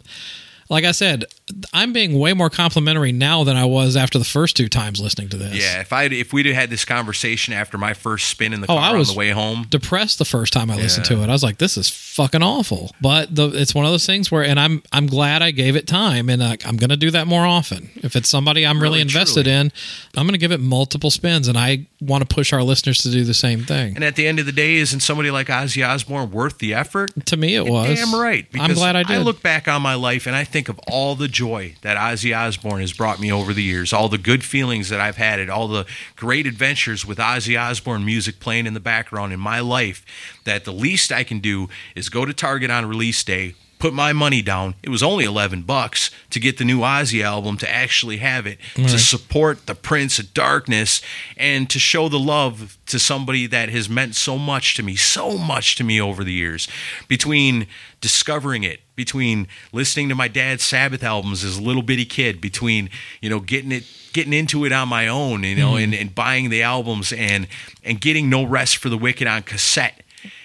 like I said, I'm being way more complimentary now than I was after the first two times listening to this. Yeah, if I if we'd have had this conversation after my first spin in the Oh, car I was- on the way home, Depressed the first time I listened to it. I was like, this is fucking awful. But the, it's one of those things where, and I'm I'm glad I gave it time, and uh, I'm gonna do that more often. If it's somebody I'm really, Really, invested truly. in, I'm gonna give it multiple spins, and I want to push our listeners to do the same thing. and at the end of the day, isn't somebody like Ozzy Osbourne worth the effort? to me, it was Damn right. I'm glad I I did. look back on my life and I think of all the joy that Ozzy Osbourne has brought me over the years, all the good feelings that I've had, and all the great adventures with Ozzy Osbourne music playing in the background in my life. That the least I can do is go to Target on release day. Put my money down. It was only eleven bucks to get the new Ozzy album to actually have it to support the Prince of Darkness and to show the love to somebody that has meant so much to me, so much to me over the years. Between discovering it between listening to my dad's Sabbath albums as a little bitty kid, between you know getting it getting into it on my own, you know, and, and buying the albums and and getting No Rest for the Wicked on cassette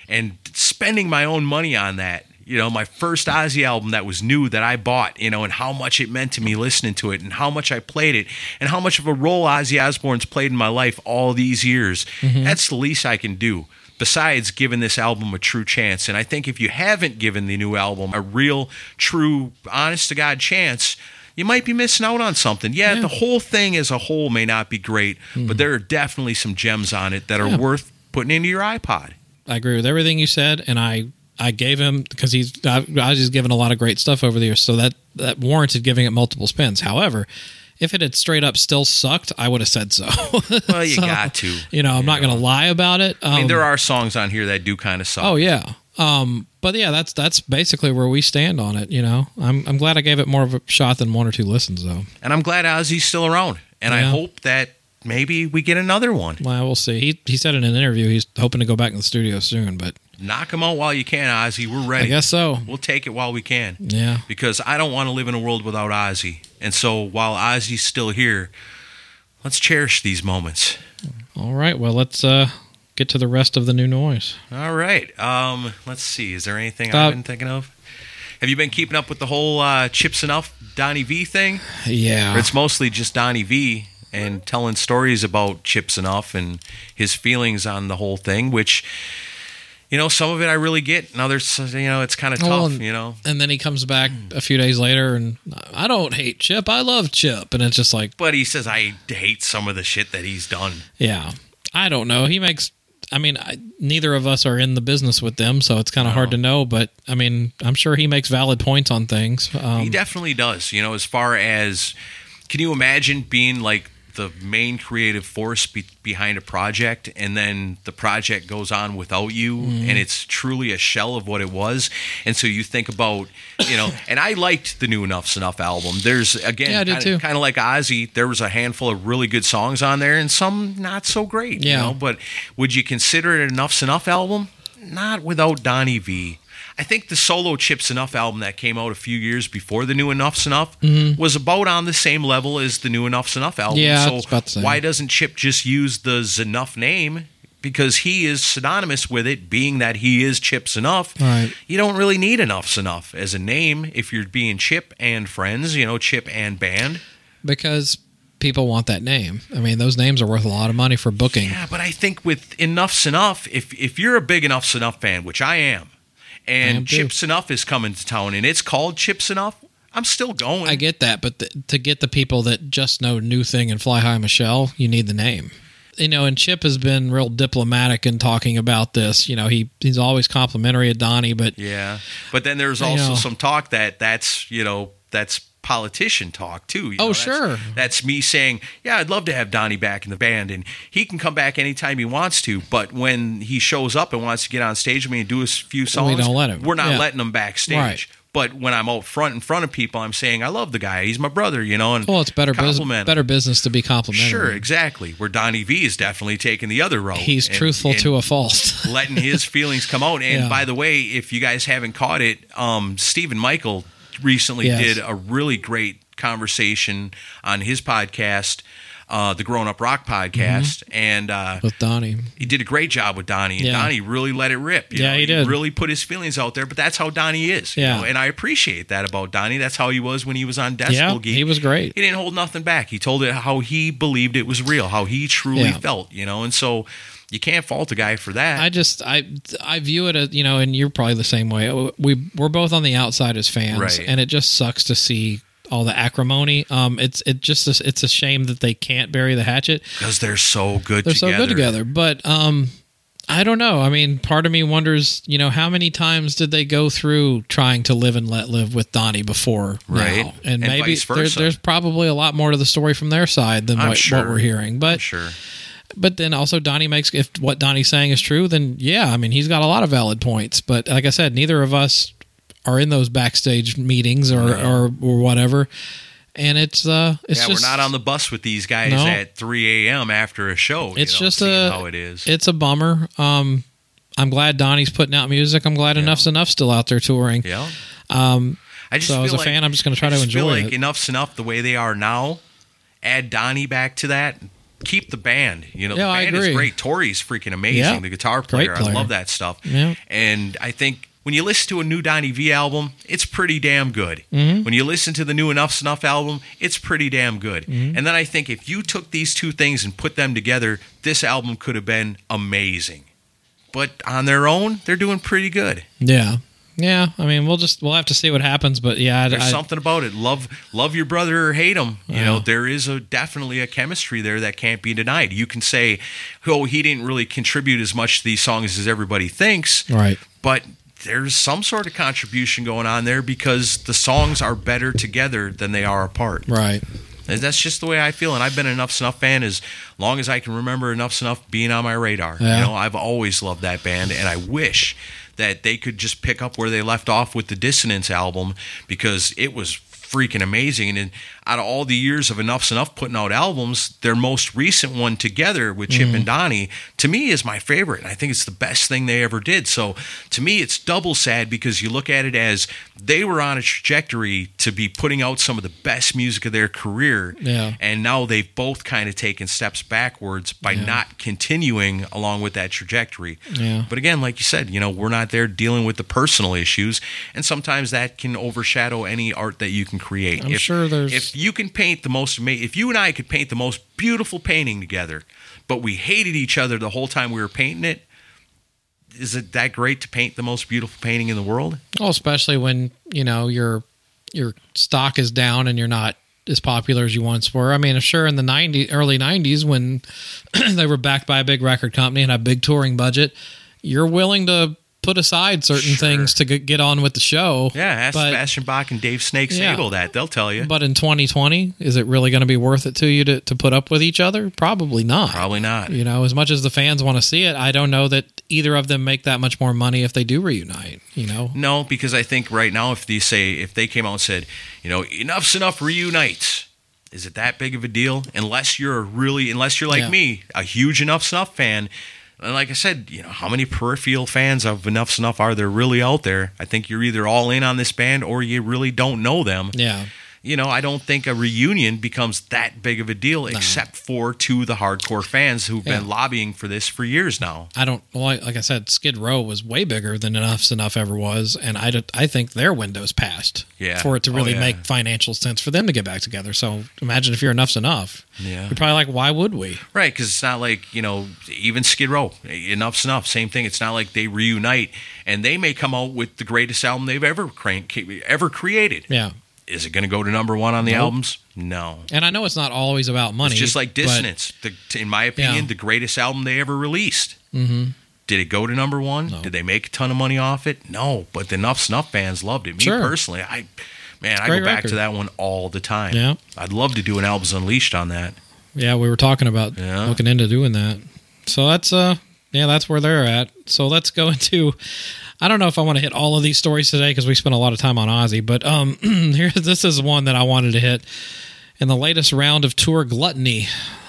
and spending my own money on that. You know, my first Ozzy album that was new that I bought, you know, and how much it meant to me listening to it and how much I played it and how much of a role Ozzy Osbourne's played in my life all these years. That's the least I can do besides giving this album a true chance. And I think if you haven't given the new album a real, true, honest to God chance, you might be missing out on something. Yeah, the whole thing as a whole may not be great, but there are definitely some gems on it that are worth putting into your iPod. I agree with everything you said, and I I gave him because he's I, Ozzy's given a lot of great stuff over the years, so that that warranted giving it multiple spins. However, if it had straight up still sucked, I would have said so. [laughs] Well, you So, got to. You know, I'm not going to lie about it. Um, I mean, there are songs on here that do kind of suck. oh yeah. Um, but yeah, that's that's basically where we stand on it. You know, I'm I'm glad I gave it more of a shot than one or two listens though. And I'm glad Ozzy's still around. And I Yeah. hope that maybe we get another one. Well, we'll see. He he said in an interview he's hoping to go back in the studio soon, but Knock them out while you can, Ozzy. We're ready. I guess so. We'll take it while we can. Yeah. because I don't want to live in a world without Ozzy. And so while Ozzy's still here, let's cherish these moments. All right. Well, let's uh get to the rest of the new noise. All right. Um, let's see. Is there anything Uh, I've been thinking of? Have you been keeping up with the whole uh, Chips Enough Donnie V thing? Yeah. It's mostly just Donnie V. and telling stories about Chips enough and his feelings on the whole thing, which you know some of it I really get, and others you know it's kind of tough. Well, and- you know, And then he comes back a few days later and I don't hate Chip. I love Chip. And it's just like, but he says I hate some of the shit that he's done. yeah, I don't know. He makes, I mean, I, neither of us are in the business with them. So it's kind of hard to know. But I mean, I'm sure he makes valid points on things. He Um, definitely does. You know, as far as can you imagine being like the main creative force be- behind a project and then the project goes on without you Mm-hmm. and it's truly a shell of what it was and so you think about you know and i liked the new enough's enough album there's again Yeah, I did too. kind of like ozzy there was a handful of really good songs on there and some not so great Yeah. you know but would you consider it an enough's enough album not without donnie v I think the solo Chips Enough album that came out a few years before the new Enough's Enough was about on the same level as the new Enough's Enough album. Mm-hmm. Yeah, so it's about the same. why doesn't Chip just use the Enough name? Because he is synonymous with it, being that he is Chips Enough. Right. You don't really need Enough's Enough as a name if you're being Chip and friends, you know, Chip and band. because people want that name. I mean, those names are worth a lot of money for booking. Yeah, but I think with Enough's Enough, if if you're a big Enough's Enough fan, which I am, and I am too. Chips Enough is coming to town and it's called Chips Enough, I'm still going. I get that, but th to get the people that just know New Thing and Fly High Michelle, you need the name. You know, and Chip has been real diplomatic in talking about this. You know, he he's always complimentary of Donnie, but Yeah, but then there's I also know. some talk that that's you know that's politician talk too. you Oh, know, that's- sure. That's me saying, yeah, I'd love to have Donnie back in the band, and he can come back anytime he wants to. But when he shows up and wants to get on stage with me and do a s- few songs, don't let him. We're not Yeah. letting him backstage. Right. But when I'm out front in front of people, I'm saying I love the guy. He's my brother, you know. And well, it's better bus- compliment him. better business to be complimentary. Sure, exactly. Where Donnie V is definitely taking the other road. he's and- truthful and- to a fault. [laughs] letting his feelings come out. And Yeah. by the way, if you guys haven't caught it, um, Stephen Michael recently Yes. did a really great conversation on his podcast, uh, the Grown Up Rock podcast, and uh, with Donnie, he did a great job with Donnie. And Mm-hmm. Yeah. Donnie really let it rip. you Yeah, he did. Really put his feelings out there. But that's how Donnie is. you Yeah. know, and I appreciate that about Donnie. That's how he was when he was on Decibel yeah, Geek. he was great. He didn't hold nothing back. He told it how he believed it was real, how he truly Yeah. felt, you know. And so you can't fault a guy for that. I just I I view it as you know, and you're probably the same way. Uh, We we're both on the outside as fans, Right. and it just sucks to see all the acrimony. Um, it's it just it's a shame that they can't bury the hatchet. because they're so good They're together. so good together, but um, I don't know. I mean, part of me wonders, you know, how many times did they go through trying to live and let live with Donnie before Right. now? And And, maybe vice there- versa. there's probably a lot more to the story from their side than I'm what, sure. what we're hearing. But Sure. but then also Donnie makes if what Donnie's saying is true, then yeah, I mean he's got a lot of valid points. But like I said, neither of us are in those backstage meetings or or, or whatever. And it's uh it's yeah, just we're not on the bus with these guys No. at 3 a.m. after a show. you it's know, just seeing a how it is. It's a bummer. Um I'm glad Donnie's putting out music. I'm glad Enough's Enough still out there touring. yeah. Um, I just so as feel a like- fan, I'm just gonna try I to just feel enjoy like it. enough's enough the way they are now. Add Donnie back to that. Keep the band. You know, Yeah, the I band agree. is great. Tori's freaking amazing. Yeah. The guitar Great player. I player. love that stuff. Yeah. And I think when you listen to a new Donnie V album, it's pretty damn good. Mm-hmm. When you listen to the new Enough Snuff album, it's pretty damn good. Mm-hmm. And then I think if you took these two things and put them together, this album could have been amazing. But on their own, they're doing pretty good. Yeah. Yeah. I mean we'll just we'll have to see what happens, but yeah, I, There's I- something about it. Love, love your brother or hate him. You know, Yeah. there is a definitely a chemistry there that can't be denied. You can say, "Oh, he didn't really contribute as much to these songs as everybody thinks," right. but there's some sort of contribution going on there because the songs are better together than they are apart. Right. And that's just the way I feel. And I've been an Enough Snuff fan as long as I can remember Enough Snuff being on my radar. Yeah. You know, I've always loved that band, and I wish that they could just pick up where they left off with the Dissonance album because it was freaking amazing. And then out of all the years of Enough's Enough putting out albums, their most recent one together with Chip and Donnie, to me, is my favorite. And I think it's the best thing they ever did. So to me, it's double sad because you look at it as they were on a trajectory to be putting out some of the best music of their career. Yeah. And now they've both kind of taken steps backwards by not continuing along with that trajectory. Yeah. But again, like you said, you know, we're not there dealing with the personal issues. And sometimes that can overshadow any art that you can can create. I'm sure there's- If you can paint the most, ama- if you and I could paint the most beautiful painting together, but we hated each other the whole time we were painting it, is it that great to paint the most beautiful painting in the world? Well, especially when you know your your stock is down and you're not as popular as you once were. I mean, I'm sure in the 90s, early '90s, when [clears throat] they were backed by a big record company and a big touring budget, you're willing to put aside certain Sure. things to g- get on with the show. Yeah, ask but, Sebastian Bach and Dave Snake Yeah. Sable that. They'll tell you. But in 2020, is it really going to be worth it to you to, to put up with each other? Probably not. Probably not. You know, as much as the fans want to see it, I don't know that either of them make that much more money if they do reunite. You know, No, because I think right now, if they say, if they came out and said, you know, enough's enough, reunite, is it that big of a deal? Unless you're a really, unless you're like Yeah. me, a huge Enough's Enough fan. And like I said, you know, how many peripheral fans of Enough's Enough are there really out there? I think you're either all in on this band or you really don't know them. yeah. You know, I don't think a reunion becomes that big of a deal, except for to the hardcore fans who've been Yeah. lobbying for this for years now. I don't well, like, like I said, Skid Row was way bigger than Enough's Enough ever was, and I don't- I think their window's passed Yeah. for it to Oh, really yeah. make financial sense for them to get back together. So imagine if you're Enough's Enough, Yeah. you're probably like, why would we? Right, because it's not like you know, even Skid Row, enough's enough. Same thing. It's not like they reunite and they may come out with the greatest album they've ever crank, ever created. Yeah, Is it going to go to number one on the Nope. albums? No. and I know it's not always about money, It's just like but- Dissonance, the, in my opinion, Yeah. the greatest album they ever released. Mm-hmm. Did it go to number one? No. Did they make a ton of money off it? No. But the Enough Snuff fans loved it. Me Sure. personally, I man, I go great back record. to that one all the time. Yeah. I'd love to do an Albums Unleashed on that. Yeah, we were talking about Yeah. looking into doing that. So that's uh yeah, that's where they're at. So let's go [laughs] into I don't know if I want to hit all of these stories today because we spent a lot of time on Ozzy, but um [clears throat] here [laughs] this is one that I wanted to hit. In the latest round of tour gluttony,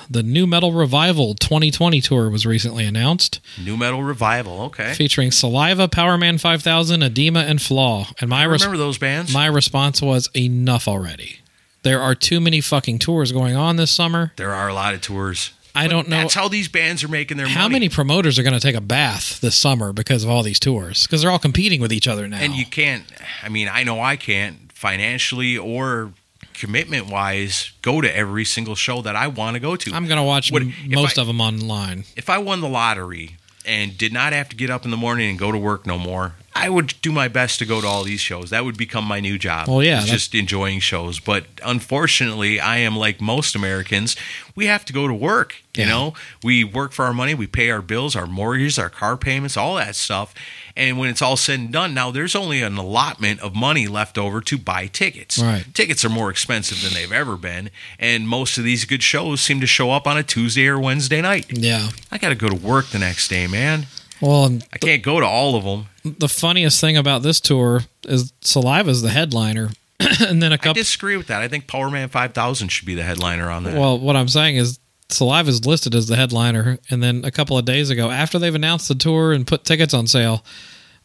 the New Metal Revival 2020 tour was recently announced, New Metal Revival. Okay. featuring Saliva, Power Man 5000, Edema, and Flaw. And my I res- remember those bands. my response was enough already. There are too many fucking tours going on this summer. There are a lot of tours. I don't know. That's how these bands are making their money. How many promoters are going to take a bath this summer because of all these tours? Because they're all competing with each other now. And you can't. I mean, I know I can't financially or commitment wise go to every single show that I want to go to. I'm going to watch What- m- if most I- of them online. if I won the lottery and did not have to get up in the morning and go to work no more, I would do my best to go to all these shows. That would become my new job. Well, yeah, It's that's- just enjoying shows. But unfortunately, I am like most Americans. We have to go to work. You Yeah. know, we work for our money, we pay our bills, our mortgages, our car payments, all that stuff. And when it's all said and done, now there's only an allotment of money left over to buy tickets. Right. Tickets are more expensive than they've ever been. And most of these good shows seem to show up on a Tuesday or Wednesday night. Yeah. I got to go to work the next day, man. Well, and I can't go to all of them. the funniest thing about this tour is Saliva's the headliner, [clears throat] and then a I couple. disagree with that. I think Power Man 5000 should be the headliner on that. Well, what I'm saying is Saliva's listed as the headliner, and then a couple of days ago, after they've announced the tour and put tickets on sale,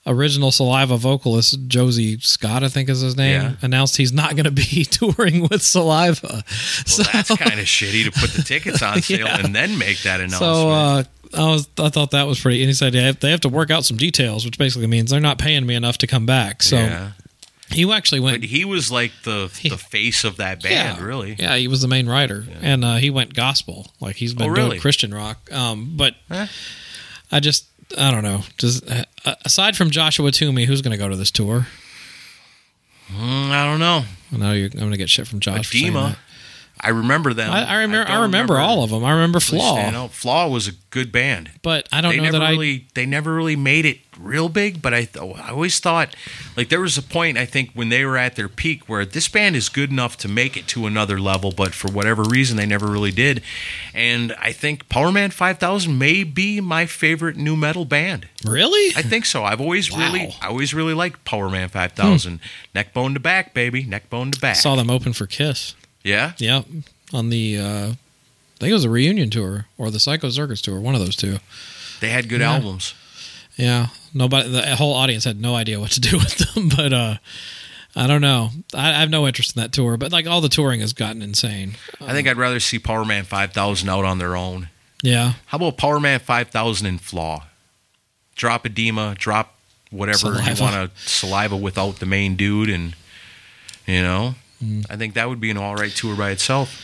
original Saliva vocalist Josie Scott, I think is his name, Yeah. announced he's not going to be [laughs] touring with Saliva. so Well, that's kind of shitty to put the tickets on [laughs] sale and then make that announcement. So uh, I was I thought that was pretty. And he said they have, they have to work out some details, which basically means they're not paying me enough to come back. So yeah. he actually But went. he was like the the face of that band, really. Yeah, he was the main writer, and uh, he went gospel. Like he's been Oh, doing really? Christian rock. Um, but Eh. I just I don't know. Just uh, aside from Joshua Toomey, who's going to go to this tour? Mm, I don't know. I know you're, I'm going to get shit from Josh. for saying Edema. that. I remember them. I, I remember. I, don't remember all of them. I remember really standing Flaw, out. Flaw was a good band. but I don't they know never that I. really they never really made it real big but I, th- I always thought like there was a point i think when they were at their peak where this band is good enough to make it to another level but for whatever reason they never really did and i think power man 5000 may be my favorite new metal band Really? i think so i've [laughs] always Wow. Hmm. really i always really liked power man 5000 neck bone to back baby neck bone to back saw them open for Kiss. yeah Yep. On the, uh, I think it was a reunion tour or the Psycho Circus tour, one of those two. they had good Yeah. albums Yeah. Nobody, the whole audience had no idea what to do [laughs] with them, but, uh, I don't know. I, I have no interest in that tour, but like all the touring has gotten insane. i think i'd rather see power man 5000 out on their own Yeah. How about Power Man 5000 and Flaw? Drop edema, drop whatever Saliva. you want to saliva without the main dude, and you know, Mm. I think that would be an all right tour by itself.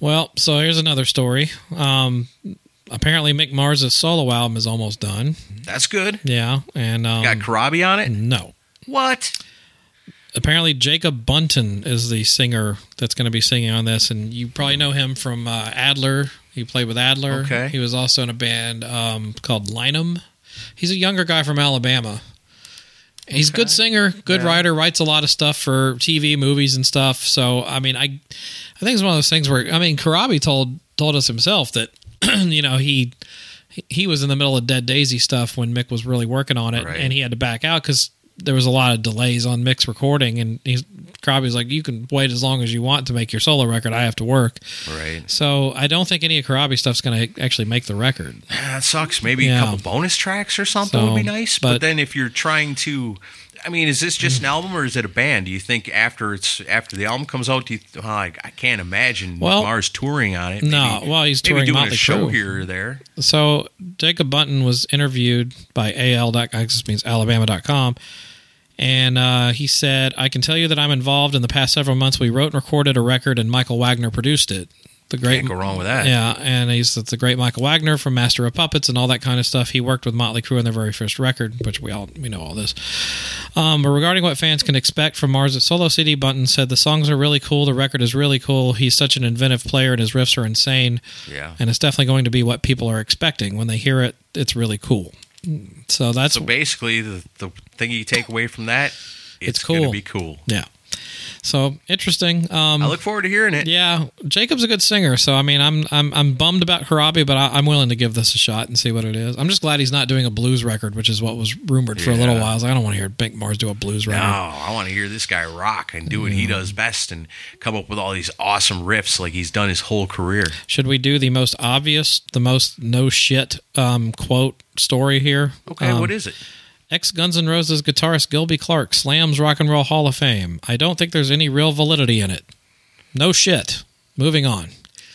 Well, so here's another story. Um, apparently, Mick Mars' solo album is almost done. That's good. Yeah, and um, Got Karabi on it. no. What? Apparently, Jacob Bunton is the singer that's going to be singing on this, and you probably know him from uh, Adler. He played with Adler. Okay. He was also in a band um, called Lynam. He's a younger guy from Alabama. He's a good singer, good writer, writes a lot of stuff for TV, movies, and stuff. So, I mean, I, I think it's one of those things where I mean, Karabi told told us himself that [clears throat] you know he he was in the middle of Dead Daisy stuff when Mick was really working on it, Right. and he had to back out because there was a lot of delays on Mick's recording, and he's Karabi's like, you can wait as long as you want to make your solo record. I have to work, Right. so I don't think any of Karabi stuff's going to actually make the record. Ah, That sucks. Maybe Yeah. a couple bonus tracks or something So, would be nice. But, but- Mm. then if you're trying to, I mean, is this just an album or is it a band? Do you think after it's after the album comes out, do you, well, I, I can't imagine Well, Mars touring on it. no, well, he's touring maybe doing Motley a show Crue. here or there. So Jacob Bunton was interviewed by AL. dot- I guess this means Alabama.com. And uh, he said, I can tell you that I'm involved. In the past several months, we wrote and recorded a record, and Michael Wagner produced it. The great Can't go wrong with that. yeah, and he's the great Michael Wagner from Master of Puppets and all that kind of stuff. He worked with Motley Crue on their very first record, which we all we know all this. Um, but regarding what fans can expect from Mars' solo CD, Bunton said the songs are really cool. The record is really cool. He's such an inventive player, and his riffs are insane. Yeah. and it's definitely going to be what people are expecting when they hear it. It's really cool. So that's So basically, the, the thing you take away from that, it's, going cool. to be cool. yeah. So interesting. Um, I look forward to hearing it. Yeah, Jacob's a good singer, so I mean, I'm I'm I'm bummed about Karabi, but I, I'm willing to give this a shot and see what it is. I'm just glad he's not doing a blues record, which is what was rumored for a little Yeah. while. I was like, I don't want to hear Bink Mars do a blues No, record. Oh, I want to hear this guy rock and do what he does best and come up with all these awesome riffs like he's done his whole career. Should we do the most obvious, the most no shit um, quote story here? Um, Okay, what is it? Ex Guns N' Roses guitarist Gilby Clark slams Rock and Roll Hall of Fame. I don't think there's any real validity in it. No shit. Moving on.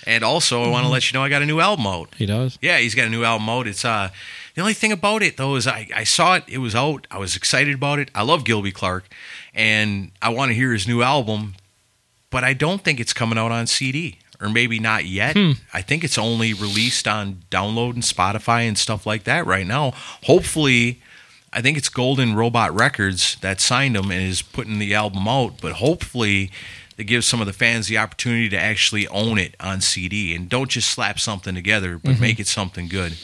And also, I want to let you know I got a new album out. He does. Yeah, he's got a new album out. It's uh the only thing about it though is I, I saw it, it was out, I was excited about it. I love Gilby Clark and I want to hear his new album, but I don't think it's coming out on CD. Or maybe not yet. I think it's only released on download and Spotify and stuff like that right now. Hopefully, I think it's Golden Robot Records that signed him and is putting the album out. But hopefully, it gives some of the fans the opportunity to actually own it on CD and don't just slap something together, but make it something good.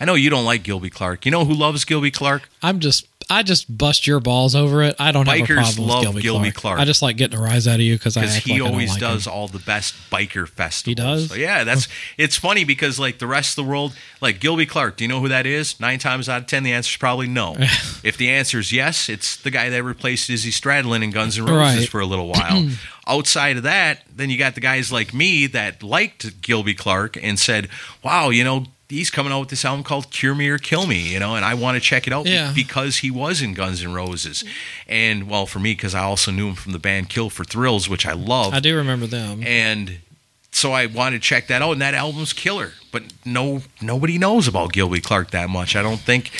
I know you don't like Gilby Clark. You know who loves Gilby Clark? I'm just I just bust your balls over it. I don't have a Bikers problem love with Gilby, Gilby Clark. Clark. I just like getting a rise out of you because I because act he like I don't always like him. does all the best biker festivals. does? So, yeah, that's it's funny because like the rest of the world, like Gilby Clark, do you know who that is? Nine times out of ten, the answer is probably [laughs] no. if the answer is yes, it's the guy that replaced Izzy Stradlin in Guns N' Roses Right. for a little [clears throat] while. Outside of that, then you got the guys like me that liked Gilby Clark and said, "Wow, you know." He's coming out with this album called "Cure Me or Kill Me," you know, and I want to check it out be- Yeah. because he was in Guns N' Roses, and well, for me because I also knew him from the band Kill for Thrills, which I love I do remember them. and so I wanted to check that out. And that album's killer, but no, nobody knows about Gilby Clark that much. I don't think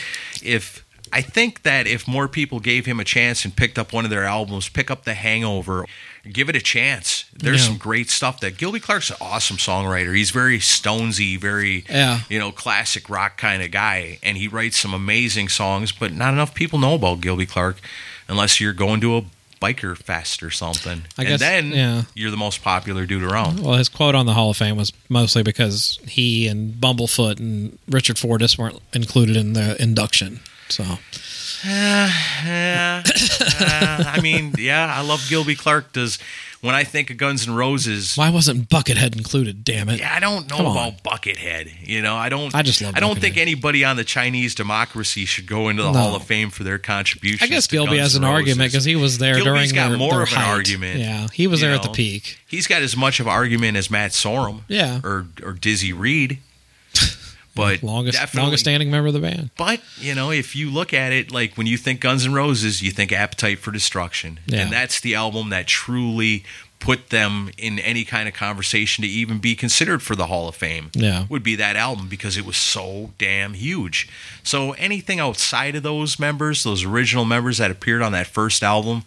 if I think that if more people gave him a chance and picked up one of their albums, pick up The Hangover, give it a chance. There's Yeah. some great stuff that Gilby Clark's an awesome songwriter. He's very stonesy, very Yeah. you know classic rock kind of guy, and he writes some amazing songs. But not enough people know about Gilby Clark unless you're going to a biker fest or something I and guess- then yeah. you're the most popular dude around. Well, his quote on the Hall of Fame was mostly because he and Bumblefoot and Richard Fortas weren't included in the induction. So Yeah, uh, I mean, yeah, I love Gilby Clark. Does when I think of Guns N' Roses, why wasn't Buckethead included? Damn it! yeah, I don't know Come on. about Buckethead. You know, I don't. I just love I don't Buckethead. think anybody on the Chinese democracy should go into the No. Hall of Fame for their contributions. I guess to Gilby Guns has N' an argument Roses. because he was there Gilby's during got their, more their of an height. argument. Yeah, he was you there at the know? peak. He's got as much of an argument as Matt Sorum, Yeah. or or Dizzy [laughs] Reed. But Longest definitely- longest standing member of the band. But you know, if you look at it, like when you think Guns N' Roses, you think Appetite for Destruction, Yeah. and that's the album that truly put them in any kind of conversation to even be considered for the Hall of Fame. Yeah. would be that album because it was so damn huge. So anything outside of those members, those original members that appeared on that first album.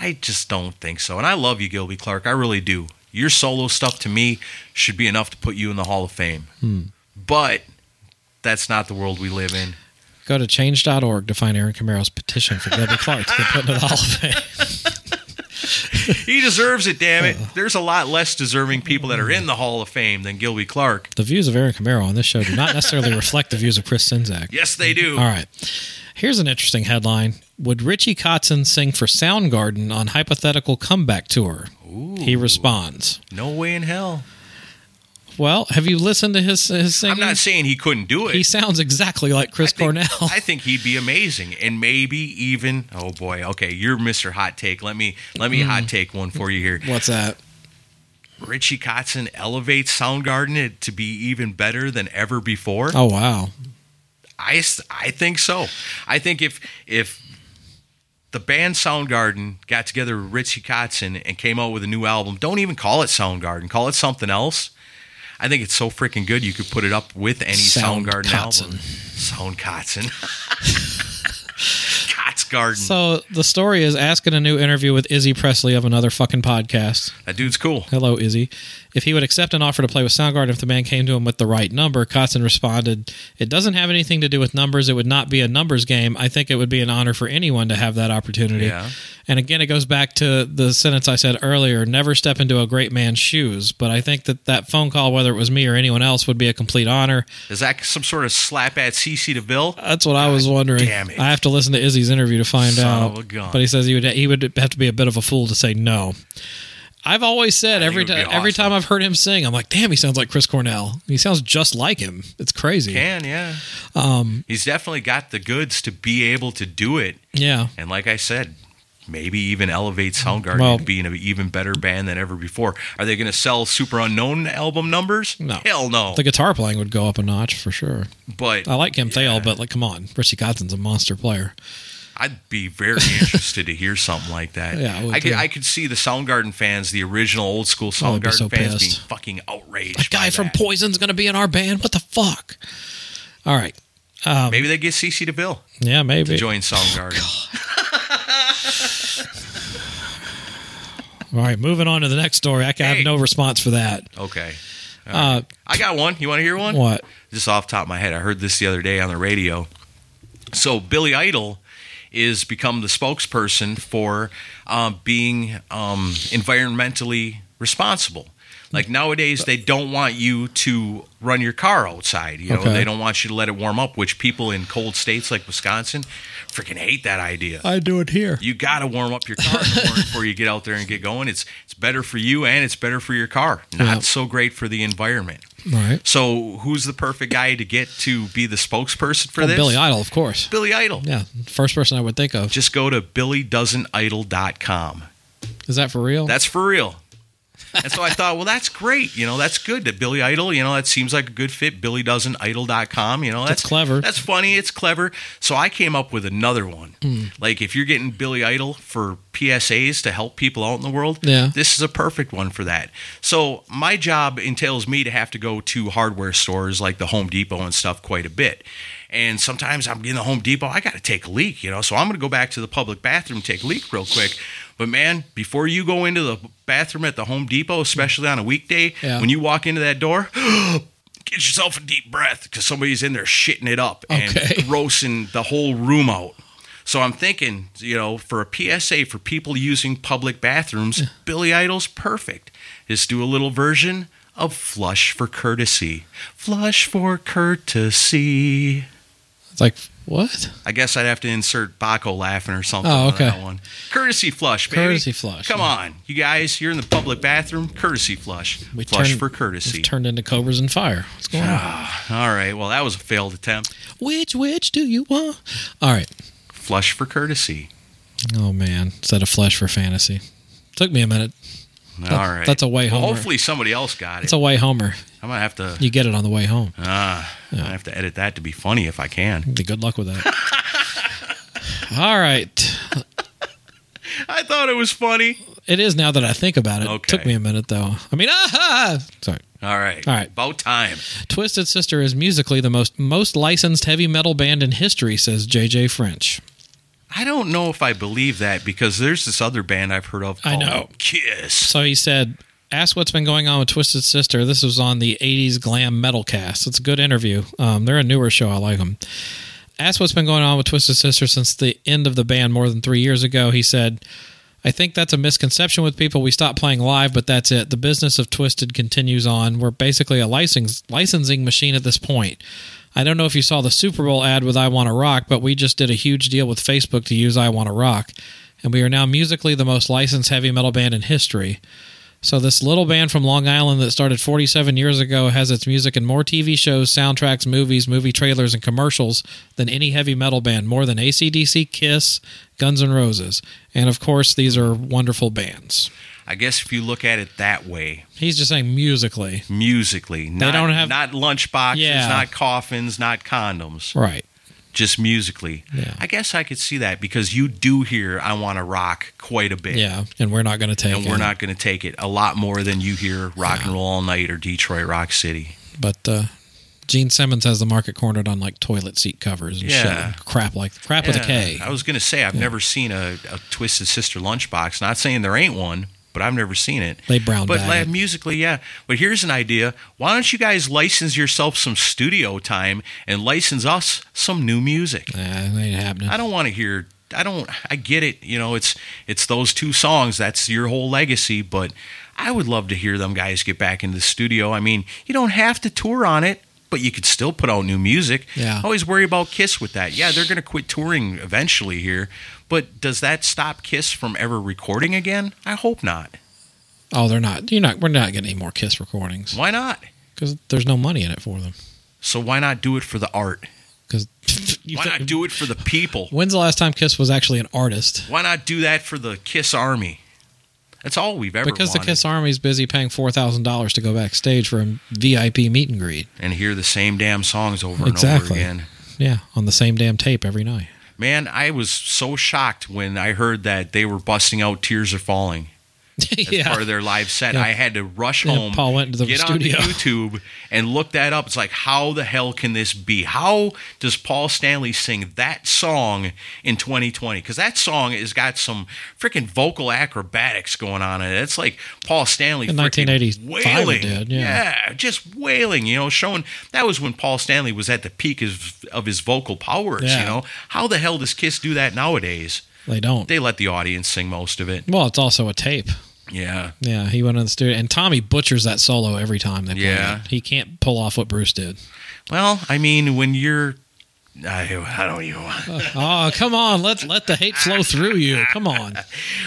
I just don't think so. And I love you, Gilby Clark. I really do. Your solo stuff to me should be enough to put you in the Hall of Fame. Hmm. But that's not the world we live in. Go to change.org to find Aaron Camaro's petition [laughs] for Gilby Clark to get put into the Hall of Fame. He deserves it, damn it. Uh-huh. There's a lot less deserving people that are in the Hall of Fame than Gilby Clark. The views of Aaron Camaro on this show do not necessarily reflect the views of Chris Sinzak. Yes, they do. All right. Here's an interesting headline. Would Richie Kotzen sing for Soundgarden on hypothetical comeback tour? He responds, No way in hell. Well, have you listened to his, his singing? I'm not saying he couldn't do it. he sounds exactly like Chris I think- Cornell. I think he'd be amazing, and maybe even. Oh boy, okay, you're Mr. Hot Take. Let me let Mm. me hot take one for you here. [laughs] What's that? Richie Kotzen elevates Soundgarden it to be even better than ever before. Oh, wow. I, s- I think so. I think if if the band Soundgarden got together with Richie Kotzen and came out with a new album, don't even call it Soundgarden, call it something else. I think it's so freaking good you could put it up with any Sound Soundgarden Kotzen. album. Sound Kotzen. [laughs] Kotz Garden. Mm. So the story is asking a new interview with Izzy Presley of another fucking podcast. that dude's cool. Hello, Izzy. If he would accept an offer to play with Soundgarden if the man came to him with the right number, Kotzen responded, It doesn't have anything to do with numbers. It would not be a numbers game. I think it would be an honor for anyone to have that opportunity. Yeah. And again, it goes back to the sentence I said earlier never step into a great man's shoes. But I think that that phone call, whether it was me or anyone else, would be a complete honor. Is that some sort of slap at CC DeVille? That's what I was wondering. damn it. I have to listen to Izzy's interview to find Son out. of a gun. But he says he would he would have to be a bit of a fool to say no. I've always said every it would time be every awesome. time I've heard him sing, I'm like, damn, he sounds like Chris Cornell. He sounds just like him. It's crazy. Can yeah. Um, He's definitely got the goods to be able to do it. Yeah. And like I said, maybe even elevate Soundgarden Well- to being an even better band than ever before. Are they going to sell Super Unknown album numbers? No. Hell no. The guitar playing would go up a notch for sure. but I like Kim Thayil, but like, come on, Richie Kotzen's a monster player. I'd be very [laughs] interested to hear something like that. Yeah, I would could, too. I could see the Soundgarden fans, the original old school Oh, I'd be Soundgarden so fans, pissed. being fucking outraged. That guy by from that. Poison's going to be in our band. What the fuck? All right. Maybe they get CC DeVille Yeah, maybe. to join Soundgarden. All right, moving on to the next story. I can Hey. have no response for that. okay. Uh, I got one. You want to hear one? what? just off the top of my head, I heard this the other day on the radio. So Billy Idol is become the spokesperson for um, being um, environmentally responsible. Like nowadays, they don't want you to run your car outside. You know, Okay. they don't want you to let it warm up, which people in cold states like Wisconsin freaking hate that idea. I do it here. You got to warm up your car in the morning before you get out there and get going. It's it's better for you and it's better for your car. Not Yeah. so great for the environment. All right. So who's the perfect guy to get to be the spokesperson for Oh, this? Billy Idol, of course. Billy Idol. Yeah, first person I would think of. Just go to billydoesn'tidle.com. Is that for real? That's for real. And so I thought, well, that's great. You know, that's good that Billy Idol, you know, that seems like a good fit. BillyDoesn'tIdle.com. You know, That's clever. That's funny. It's clever. So I came up with another one. Hmm. Like if you're getting Billy Idol for PSAs to help people out in the world, Yeah. this is a perfect one for that. So my job entails me to have to go to hardware stores like the Home Depot and stuff quite a bit. And sometimes I'm in the Home Depot, I got to take a leak, you know. So I'm going to go back to the public bathroom, take a leak real quick. But man, before you go into the bathroom at the Home Depot, especially on a weekday, Yeah. when you walk into that door, get yourself a deep breath because somebody's in there shitting it up and Okay. [laughs] grossing the whole room out. So I'm thinking, you know, for a PSA for people using public bathrooms, Billy Idol's perfect. Just do a little version of flush for courtesy. Flush for courtesy. It's like what? I guess I'd have to insert Baco laughing or something. Oh, on okay. that one. Courtesy flush, baby. Courtesy flush, Come yeah. on, you guys. You're in the public bathroom. Courtesy flush. flush turned- for courtesy. We've turned into cobras and fire. What's going on? All right. Well, that was a failed attempt. Which which do you want? All right. Flush for courtesy. Oh man, set a flesh for fantasy. Took me a minute. All right. that's a way well, homer. Hopefully somebody else got It's it. a way homer. I'm gonna have to. You get it on the way home. Ah, I'm gonna have to edit that to be funny if I can. Good luck with that. [laughs] All right. I thought it was funny. It is now that I think about it. Okay. Took me a minute though. I mean, ah, sorry. All right. All right. About time. Twisted Sister is musically the most most licensed heavy metal band in history, says JJ French. I don't know if I believe that because there's this other band I've heard of I called know. Kiss. So he said, "Ask what's been going on with Twisted Sister." This was on the '80s glam metal cast. It's a good interview. Um, they're a newer show. I like them. Asked what's been going on with Twisted Sister since the end of the band more than three years ago, he said, "I think that's a misconception with people. We stopped playing live, but that's it. The business of Twisted continues on. We're basically a license licensing machine at this point." I don't know if you saw the Super Bowl ad with I Want to Rock, but we just did a huge deal with Facebook to use I Want to Rock and we are now musically the most licensed heavy metal band in history. So this little band from Long Island that started 47 years ago has its music in more TV shows, soundtracks, movies, movie trailers, and commercials than any heavy metal band, more than ACDC, Kiss, Guns N' Roses, and of course these are wonderful bands. I guess if you look at it that way, He's just saying musically, musically, not, don't have- not lunchboxes, Yeah. not coffins, not condoms, right? just musically. Yeah. I guess I could see that because you do hear "I Want to Rock" quite a bit. Yeah, and we're not going to take and it. we're not going to take it a lot more than you hear rock and roll all night or detroit rock city But uh, Gene Simmons has the market cornered on like toilet seat covers and shit, Yeah. and crap like crap with a K. i was going to say i've never seen a, a twisted sister lunchbox not saying there ain't one but i've never seen it They brown but bag like, it. musically yeah but here's an idea why don't you guys license yourself some studio time and license us some new music Nah, it ain't happening. i don't want to hear i don't i get it you know it's it's those two songs that's your whole legacy but i would love to hear them guys get back into the studio i mean you don't have to tour on it but you could still put out new music Yeah. I always worry about kiss with that yeah they're going to quit touring eventually here but does that stop kiss from ever recording again i hope not Oh, they're not. You're not. We're not getting any more Kiss recordings why not because there's no money in it for them. so why not do it for the art Because why not do it for the people When's the last time Kiss was actually an artist? why not do that for the kiss army that's all we've ever Because the wanted. Kiss Army's busy paying four thousand dollars to go backstage for a VIP meet and greet. and hear the same damn songs over Exactly. and over again. Yeah, on the same damn tape [laughs] every night. Man, I was so shocked when I heard that they were busting out Tears Are Falling as yeah, part of their live set. Yeah. I had to rush Yeah, home, Paul went to the get studio. on YouTube, and look that up. It's like, how the hell can this be? How does Paul Stanley sing that song in 2020? Because that song has got some freaking vocal acrobatics going on in it. It's like Paul Stanley In freaking 1985 it wailing. did, yeah. yeah, just wailing. You know, showing that was when Paul Stanley was at the peak of, of his vocal powers. Yeah. You know, how the hell does Kiss do that nowadays? they don't. They let the audience sing most of it. well, it's also a tape. Yeah. Yeah, he went in the studio, and Tommy butchers that solo every time they play Yeah. it. He can't pull off what Bruce did. Well, I mean, when you're, I, I don't even. want- Oh, come on, let let the hate flow through you. Come on.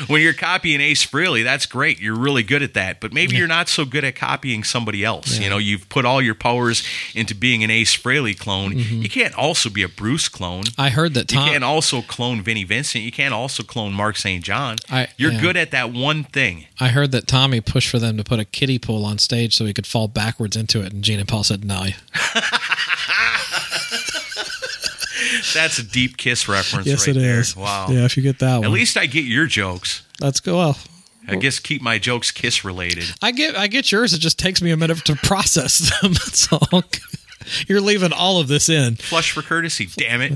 When you're copying Ace Frehley, that's great. You're really good at that. But maybe you're not so good at copying somebody else. You know, you've put all your powers into being an Ace Frehley clone. Mm-hmm. You can't also be a Bruce clone. I heard [laughs] that You Tom. can't also clone Vinnie Vincent. You can't also clone Mark St. John. I- you're yeah. good at that one thing. I heard that Tommy pushed for them to put a kiddie pool on stage so he could fall backwards into it, and Gene and Paul said no. That's a deep kiss reference right it is. there. Wow. if you get that one, At least I get your jokes. let's go. Well, I guess keep my jokes kiss related. I get I get yours. It just takes me a minute to [laughs] process them. That's all. You're leaving all of this in. Flush for courtesy, damn it.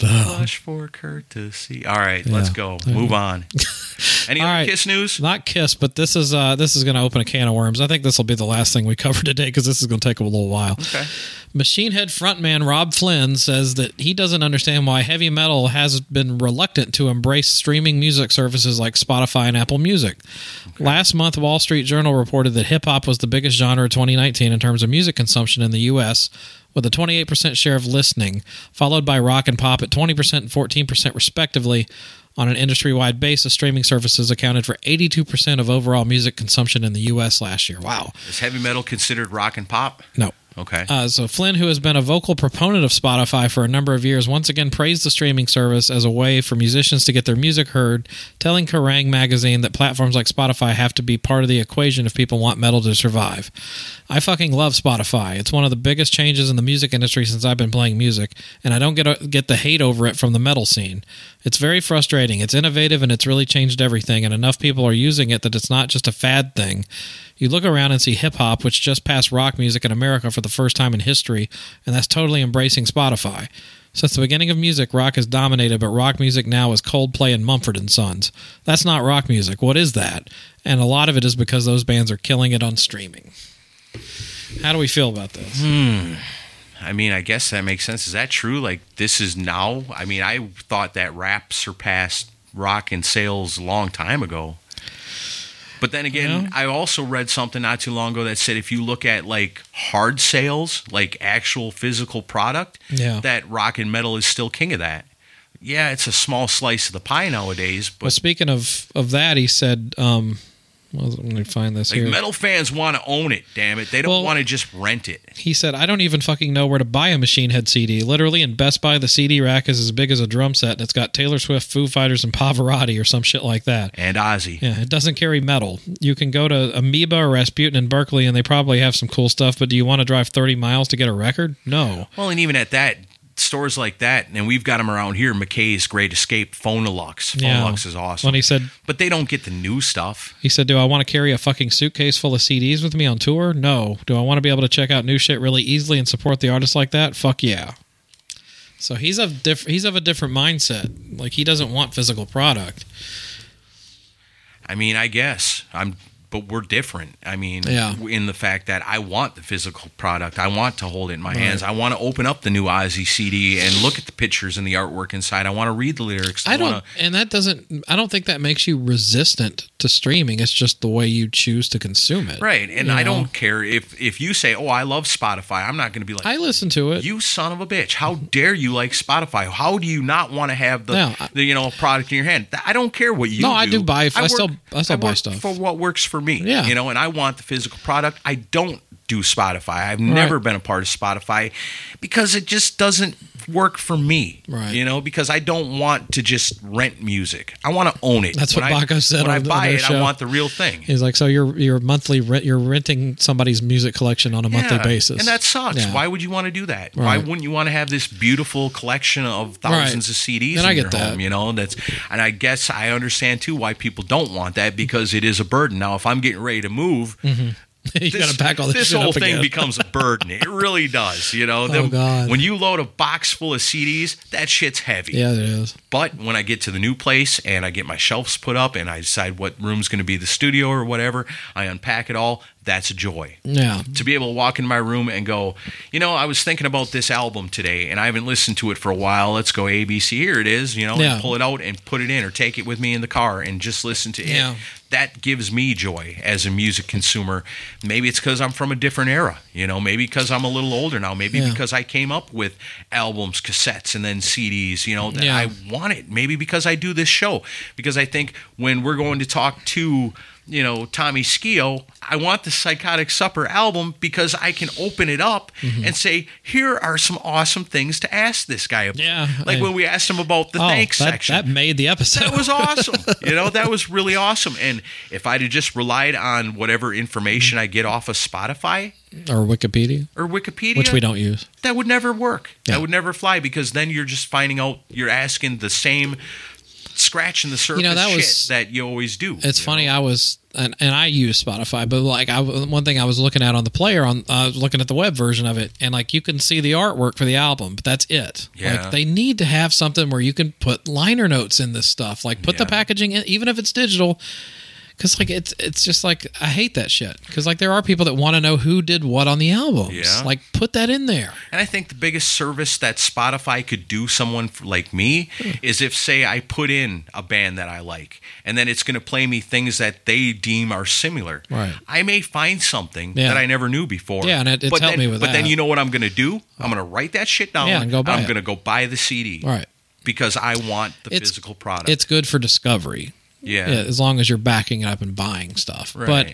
Flush for courtesy. All right, let's Yeah. go. Move [laughs] on. Any All other right. kiss news? Not kiss, but this is uh, this is going to open a can of worms. I think this will be the last thing we cover [laughs] today because this is going to take a little while. Okay. Machine Head frontman Rob Flynn says that he doesn't understand why heavy metal has been reluctant to embrace streaming music services like Spotify and Apple Music. Last month, Wall Street Journal reported that hip hop was the biggest genre of 2019 in terms of music consumption in the U.S., with a 28% share of listening, followed by rock and pop at 20% and 14%, respectively. On an industry wide basis, streaming services accounted for 82% of overall music consumption in the U.S. last year. Wow. Is heavy metal considered rock and pop? No. Okay. Uh, so Flynn, who has been a vocal proponent of Spotify for a number of years, once again praised the streaming service as a way for musicians to get their music heard, telling Kerrang! magazine that platforms like Spotify have to be part of the equation if people want metal to survive. I fucking love Spotify. It's one of the biggest changes in the music industry since I've been playing music, and I don't get get the hate over it from the metal scene. It's very frustrating. It's innovative and it's really changed everything, and enough people are using it that it's not just a fad thing. You look around and see hip hop, which just passed rock music in America for the first time in history, and that's totally embracing Spotify. Since the beginning of music, rock has dominated, but rock music now is Coldplay and Mumford and Sons. That's not rock music. What is that? And a lot of it is because those bands are killing it on streaming. How do we feel about this? I mean, I guess that makes sense. Is that true? Like this is now? I mean, I thought that rap surpassed rock in sales a long time ago. But then again, Yeah. I also read something not too long ago that said if you look at like hard sales, like actual physical product, Yeah. that rock and metal is still king of that. Yeah, it's a small slice of the pie nowadays, Well, but speaking of of that, he said, um, well, let me find this like here. metal fans want to own it, damn it. They don't Well- want to just rent it. He said, I don't even fucking know where to buy a Machine Head CD. Literally, in Best Buy, the CD rack is as big as a drum set, and it's got Taylor Swift, Foo Fighters, and Pavarotti or some shit like that. And Ozzy. Yeah, it doesn't carry metal. You can go to Amoeba or Rasputin in Berkeley, and they probably have some cool stuff, but do you want to drive 30 miles to get a record? No. Well, and even at that, stores like that, and we've got them around here. McKay's Great Escape, Phonolux. Yeah. Phonolux is awesome. When he said, but they don't get the new stuff. He said, Do I want to carry a fucking suitcase full of CDs with me on tour? No. Do I want to be able to check out new shit really easily and support the artist like that? Fuck yeah. So he's of diff- he's of a different mindset. Like he doesn't want physical product. I mean, I guess I'm, but we're different. I mean, Yeah. in the fact that I want the physical product, I want to hold it in my hands. I want to open up the new Ozzy CD and look at the pictures and the artwork inside. I want to read the lyrics. I don't wanna- and that doesn't I don't think that makes you resistant to streaming. It's just the way you choose to consume it. right, and You I know? don't care if if you say, "Oh, I love Spotify." I'm not going to be like. I listen to it. you son of a bitch! How dare you like Spotify? How do you not want to have the, No, I- the you know product in your hand? Th- I don't care what you. No, I do buy- I work- still- I still buy work stuff. for what works for me. Yeah. you know, and I want the physical product. I don't do Spotify. I've never been a part of Spotify because it just doesn't work for me. Right. you know, because I don't want to just rent music. I want to own it. That's what I- Baco said When on I the- buy on their it, show. I want the real thing. He's like, so you're you're monthly rent you're renting somebody's music collection on a monthly Yeah, basis. And that sucks. Yeah. [laughs] Why would you want to do that? Why Right. wouldn't you want to have this beautiful collection of thousands of CDs And in I your get that. home? You know, that's and I guess I understand too why people don't want that because it is a burden. Now, if I'm getting ready to move, [laughs] you this, gotta back all this, this shit whole up thing again. Oh, becomes a burden. It really does. You [laughs] know, The- God. when you load a box full of CDs, that shit's heavy. yeah, it is. But when I get to the new place and I get my shelves put up and I decide what room's going to be the studio or whatever, I unpack it all. That's a joy Yeah. to be able to walk in my room and go, you know, I was thinking about this album today and I haven't listened to it for a while. Let's go ABC. Here it is, you know, Yeah. and pull it out and put it in or take it with me in the car and just listen to Yeah. it. That gives me joy as a music consumer. Maybe it's because I'm from a different era, you know, maybe because I'm a little older now, maybe Yeah. because I came up with albums, cassettes, and then CDs, you know, that Yeah. I want it. Maybe because I do this show, because I think when we're going to talk to, you know, Tommy Skio, I want the Psychotic Supper album because I can open it up Mm-hmm. and say, here are some awesome things to ask this guy about. Yeah, Like I- Oh, when we asked him about the thanks that, section. That made the [laughs] episode. That was awesome. you know, that was really awesome. And if I'd have just relied on whatever information I get off of Spotify [laughs] or Wikipedia, or Wikipedia, which we don't use. that would never work. Yeah. That would never fly because then you're just finding out you're asking the same scratching the surface that shit was- that you always do. It's you funny. know? I was and, and I use Spotify, but like I one thing I was looking at on the player on I was looking at the web version of it, and like you can see the artwork for the album, but that's it. Yeah. Like they need to have something where you can put liner notes in this stuff. Like put the Yeah. packaging in, even if it's digital. Cause like it's it's just like I hate that shit. Cause like there are people that want to know who did what on the albums. Yeah. Like put that in there. And I think the biggest service that Spotify could do someone f- like me Hmm. is if, say, I put in a band that I like, and then it's going to play me things that they deem are similar. Right. I may find something Yeah. that I never knew before. Yeah, and it- it's but helped then, me with but then that. you know what I'm going to do? I'm going to write that shit down. Yeah, and go buy I'm it. going to go buy the CD. Right. Because I want the It's- physical product. It's good for discovery. yeah. Yeah, as long as you're backing it up and buying stuff. Right. But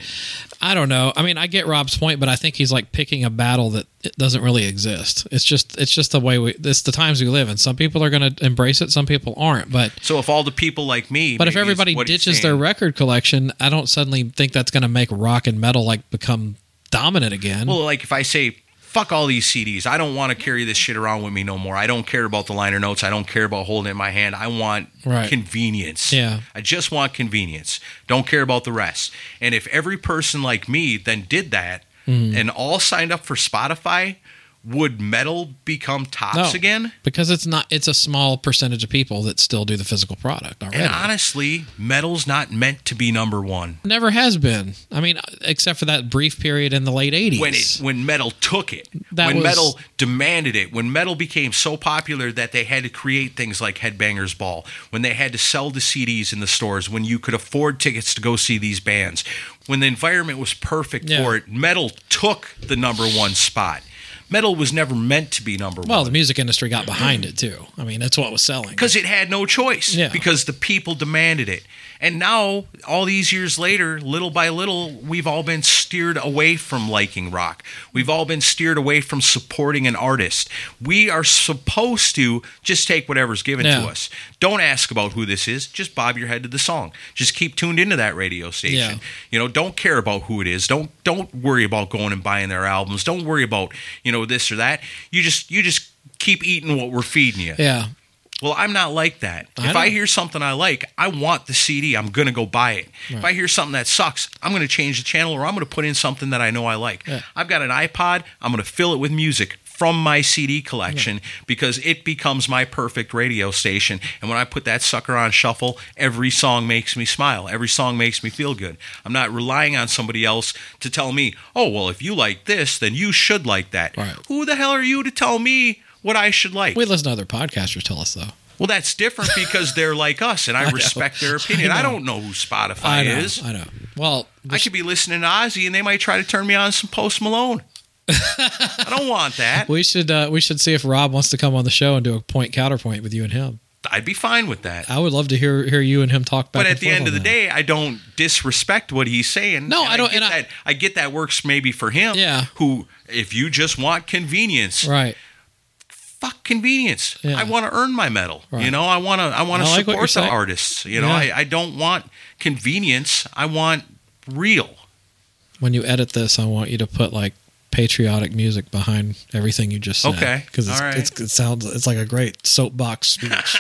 I don't know. I mean, I get Rob's point, but I think he's like picking a battle that it doesn't really exist. It's just it's just the way we it's the times we live in. Some people are going to embrace it, some people aren't. But So if all the people like me, but if maybe is everybody what he's ditches their saying. record collection, I don't suddenly think that's going to make rock and metal like become dominant again. well, like if I say fuck all these CDs. I don't want to carry this shit around with me no more. I don't care about the liner notes. I don't care about holding it in my hand. I want Right. convenience. Yeah. I just want convenience. Don't care about the rest. And if every person like me then did that Hmm. and all signed up for Spotify, would metal become tops No, again? because it's not. It's a small percentage of people that still do the physical product already. And honestly, metal's not meant to be number one. Never has been. I mean, except for that brief period in the late '80s. When it when metal took it, That when was- metal demanded it, when metal became so popular that they had to create things like Headbangers Ball, when they had to sell the CDs in the stores, when you could afford tickets to go see these bands, when the environment was perfect Yeah. for it, metal took the number one spot. Metal was never meant to be number well, the one music industry got behind it too. I mean, that's what was selling. because it had no choice Yeah. because the people demanded it. And now, all these years later, little by little, we've all been steered away from liking rock. We've all been steered away from supporting an artist. We are supposed to just take whatever's given Yeah. to us. Don't ask about who this is. Just bob your head to the song. Just keep tuned into that radio station. Yeah. You know, don't care about who it is. Don't don't worry about going and buying their albums. Don't worry about, you know, this or that. You just you just keep eating what we're feeding you. Yeah, Well, I'm not like that. I if I don't- hear something I like, I want the CD. I'm going to go buy it. If I hear something that sucks, I'm going to change the channel or I'm going to put in something that I know I like. I've got an iPod. I'm going to fill it with music from my CD collection because it becomes my perfect radio station. And when I put that sucker on shuffle, every song makes me smile. Every song makes me feel good. I'm not relying on somebody else to tell me, oh, well, if you like this, then you should like that. Right. Who the hell are you to tell me what I should like? we listen to other podcasters tell us though. Well, that's different because they're like us, and [laughs] I, respect their opinion. I, don't know who Spotify I know. is. I know. Well, I could be listening to Ozzy, and they might try to turn me on to some Post Malone. I don't want that. [laughs] we should uh, we should see if Rob wants to come on the show and do a point counterpoint with you and him. I'd be fine with that. I would love to hear hear you and him talk back. But and at the forth end on of the that. day, I don't disrespect what he's saying. No, I don't- Get and I- that, I get that works maybe for him. Yeah. Who, if you just want convenience, right? fuck convenience. Yeah. I want to earn my medal. You Right. know, I want to. I want I to like what you're support the saying. artists. You know, Yeah. I, I don't want convenience. I want real. When you edit this, I want you to put like patriotic music behind everything you just said. Okay. because it's, All right. it's, it sounds it's like a great [laughs] soapbox speech.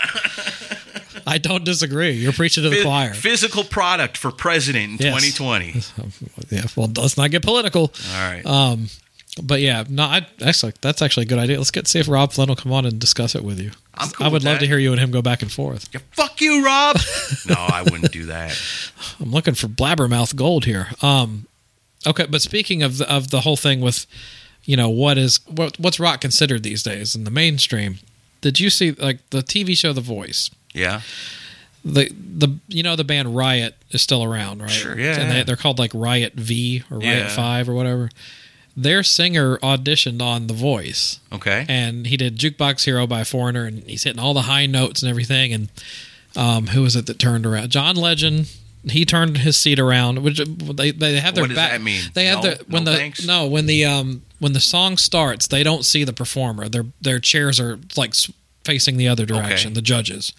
I don't disagree. You're preaching to the Phy- choir. Physical product for president in Yes. 2020. [laughs] yeah, well, let's not get political. All right. Um, but yeah, no, I, that's like that's actually a good idea. Let's get see if Rob Flynn will come on and discuss it with you. I'm cool I would with love that. to hear you and him go back and forth. Yeah, fuck you, Rob. [laughs] no, I wouldn't do that. I'm looking for blabbermouth gold here. Um, okay, but speaking of the, of the whole thing with, you know, what is what what's rock considered these days in the mainstream? Did you see like the TV show The Voice? Yeah. The the you know the band Riot is still around, right? Sure, yeah, And they, yeah. they're called like Riot V or Riot Yeah. Five or whatever. Their singer auditioned on The Voice. Okay. and he did Jukebox Hero by Foreigner, and he's hitting all the high notes and everything. And um, who was it that turned around? John Legend. He turned his seat around. Which they they have their What does back. that mean? They No? have their when No the thanks? no when the um when the song starts, they don't see the performer. Their their chairs are like s- facing the other direction. Okay. The judges,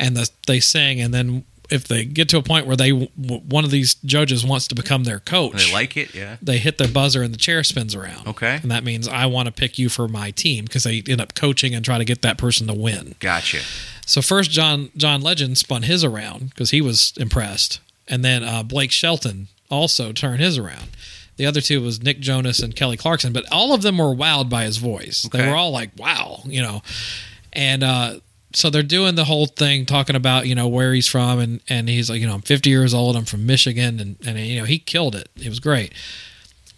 and the, they sing, and then if they get to a point where they w- w- one of these judges wants to become their coach, they like it. Yeah. they hit their buzzer and the chair spins around. Okay. And that means I want to pick you for my team because they end up coaching and try to get that person to win. Gotcha. So first John John Legend spun his around because he was impressed. And then uh, Blake Shelton also turned his around. The other two was Nick Jonas and Kelly Clarkson, but all of them were wowed by his voice. They Okay. were all like, wow, you know. And uh so they're doing the whole thing talking about, you know, where he's from and and he's like, you know, I'm 50 years old, I'm from Michigan and and you know, he killed it. It was great.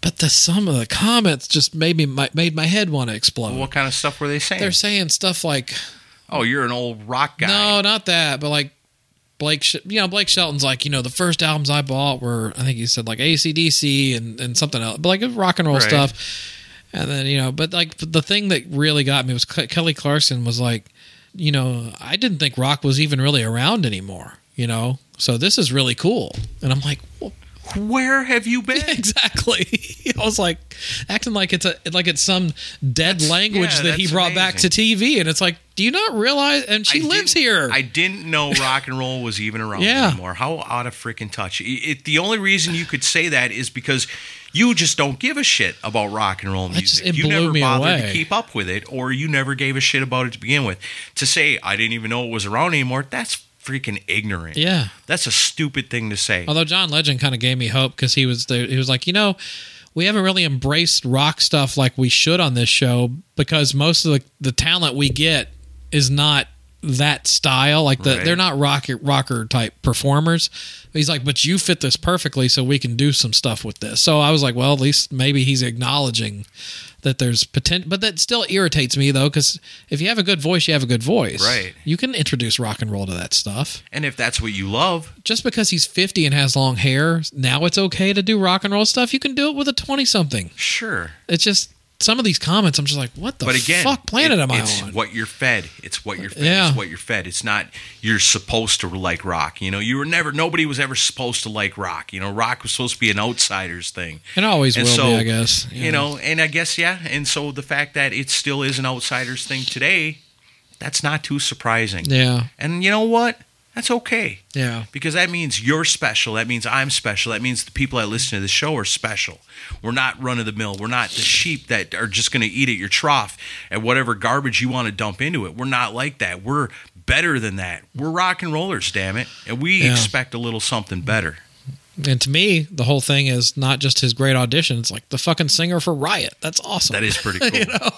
But the some of the comments just made me my, made my head want to explode. What kind of stuff were they saying? they're saying stuff like oh, you're an old rock guy. no, not that, but like Blake, Sh- you know, Blake Shelton's like, you know, the first albums I bought were, I think he said like ACDC and, and something else, but like it was rock and roll Right. stuff. And then, you know, but like the thing that really got me was Ke- Kelly Clarkson was like, you know, I didn't think rock was even really around anymore, you know? So this is really cool. And I'm like, well, where have you been? [laughs] Exactly. [laughs] I was like acting like it's a like it's some dead language yeah, that he that's brought back to amazing. TV, and it's like, do you not realize? And she I lives didn't- here. I didn't know rock and roll was even around Yeah. anymore. How out of freaking touch. It, it- the only reason you could say that is because you just don't give a shit about rock and roll That just- music. it you blew never me bothered away. to keep up with it, or you never gave a shit about it to begin with. To say I didn't even know it was around anymore, that's freaking ignorant. yeah. That's a stupid thing to say. Although John Legend kind of gave me hope because he was the, he was like, you know, we haven't really embraced rock stuff like we should on this show because most of the, the talent we get is not that style. Like the, Right. they're not rock rocker type performers. He's like, but you fit this perfectly, so we can do some stuff with this. So I was like, well, at least maybe he's acknowledging that there's potential. But that still irritates me though because if you have a good voice, you have a good voice. Right. You can introduce rock and roll to that stuff and if that's what you love, just because he's 50 and has long hair, now it's okay to do rock and roll stuff. You can do it with a 20 something. sure. It's just some of these comments, I'm just like, what the but again, fuck planet it- am I it's on? what you're fed. It's what you're fed. Yeah. It's what you're fed. It's not you're supposed to like rock. You know, you were never. Nobody was ever supposed to like rock. You know, rock was supposed to be an outsiders thing. It always And will so, be, I guess. You know, and I guess yeah. And so the fact that it still is an outsiders thing today, that's not too surprising. Yeah. And you know what? That's okay Yeah. because that means you're special. That means I'm special. That means the people that listen to the show are special. We're not run of the mill. We're not the sheep that are just going to eat at your trough and whatever garbage you want to dump into it. We're not like that. We're better than that. We're rock and rollers, damn it. And we Yeah. expect a little something better. And to me, the whole thing is not just his great audition. It's like the fucking singer for Riot. That's awesome. That is pretty cool.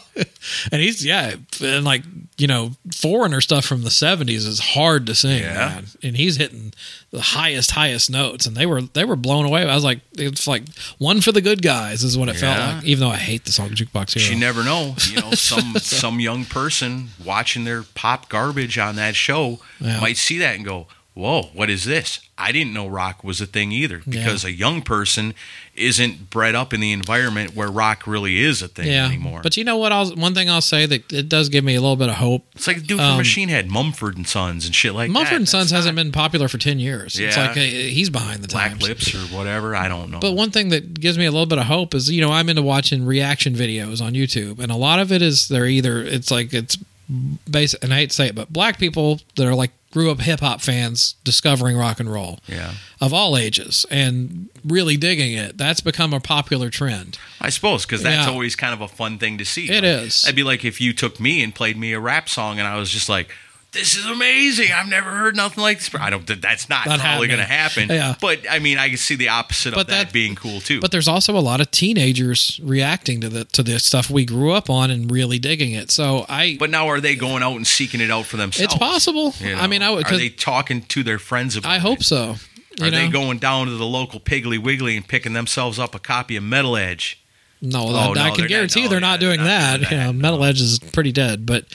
And he's, yeah. And like, you know, foreigner stuff from the 70s is hard to sing. Yeah. Man. And he's hitting the highest, highest notes. And they were, they were blown away. I was like, it's like one for the good guys is what it felt Yeah. like. Even though I hate the song Jukebox Hero. You never know. You [laughs] know, some some young person watching their pop garbage on that show Yeah. might see that and go, "Whoa, what is this? I didn't know rock was a thing either." Because a young person isn't bred up in the environment where rock really is a thing anymore. But you know what? I'll, one thing I'll say that it does give me a little bit of hope. it's like the dude from um, Machine Head, Mumford and Sons, and shit like Mumford that. and Sons That's hasn't been popular for ten years. It's Yeah. like uh, he's behind the Black times. Lips or whatever. I don't know. But one thing that gives me a little bit of hope is, you know, I'm into watching reaction videos on YouTube, and a lot of it is they're either it's like it's basic, and I hate to say it, but black people that are like grew up hip hop fans discovering rock and roll yeah, of all ages and really digging it. That's become a popular trend. I suppose because that's Yeah. always kind of a fun thing to see. It It is. That'd be like if you took me and played me a rap song, and I was just like, "This is amazing! I've never heard nothing like this." I don't. That's not, Not probably going to happening. happen. Yeah. But I mean, I can see the opposite But of that, that- being cool too. But there's also a lot of teenagers reacting to the to the stuff we grew up on and really digging it. So I, But now, are they going out and seeking it out for themselves? it's possible. you know? I mean, I would. are Cause they talking to their friends about? I hope it? so. You Are know? they going down to the local Piggly Wiggly and picking themselves up a copy of Metal Edge? No, Oh, no, I can they're not- guarantee no, they're yeah, not they're doing not that. doing You know, that, Metal Edge is pretty dead, but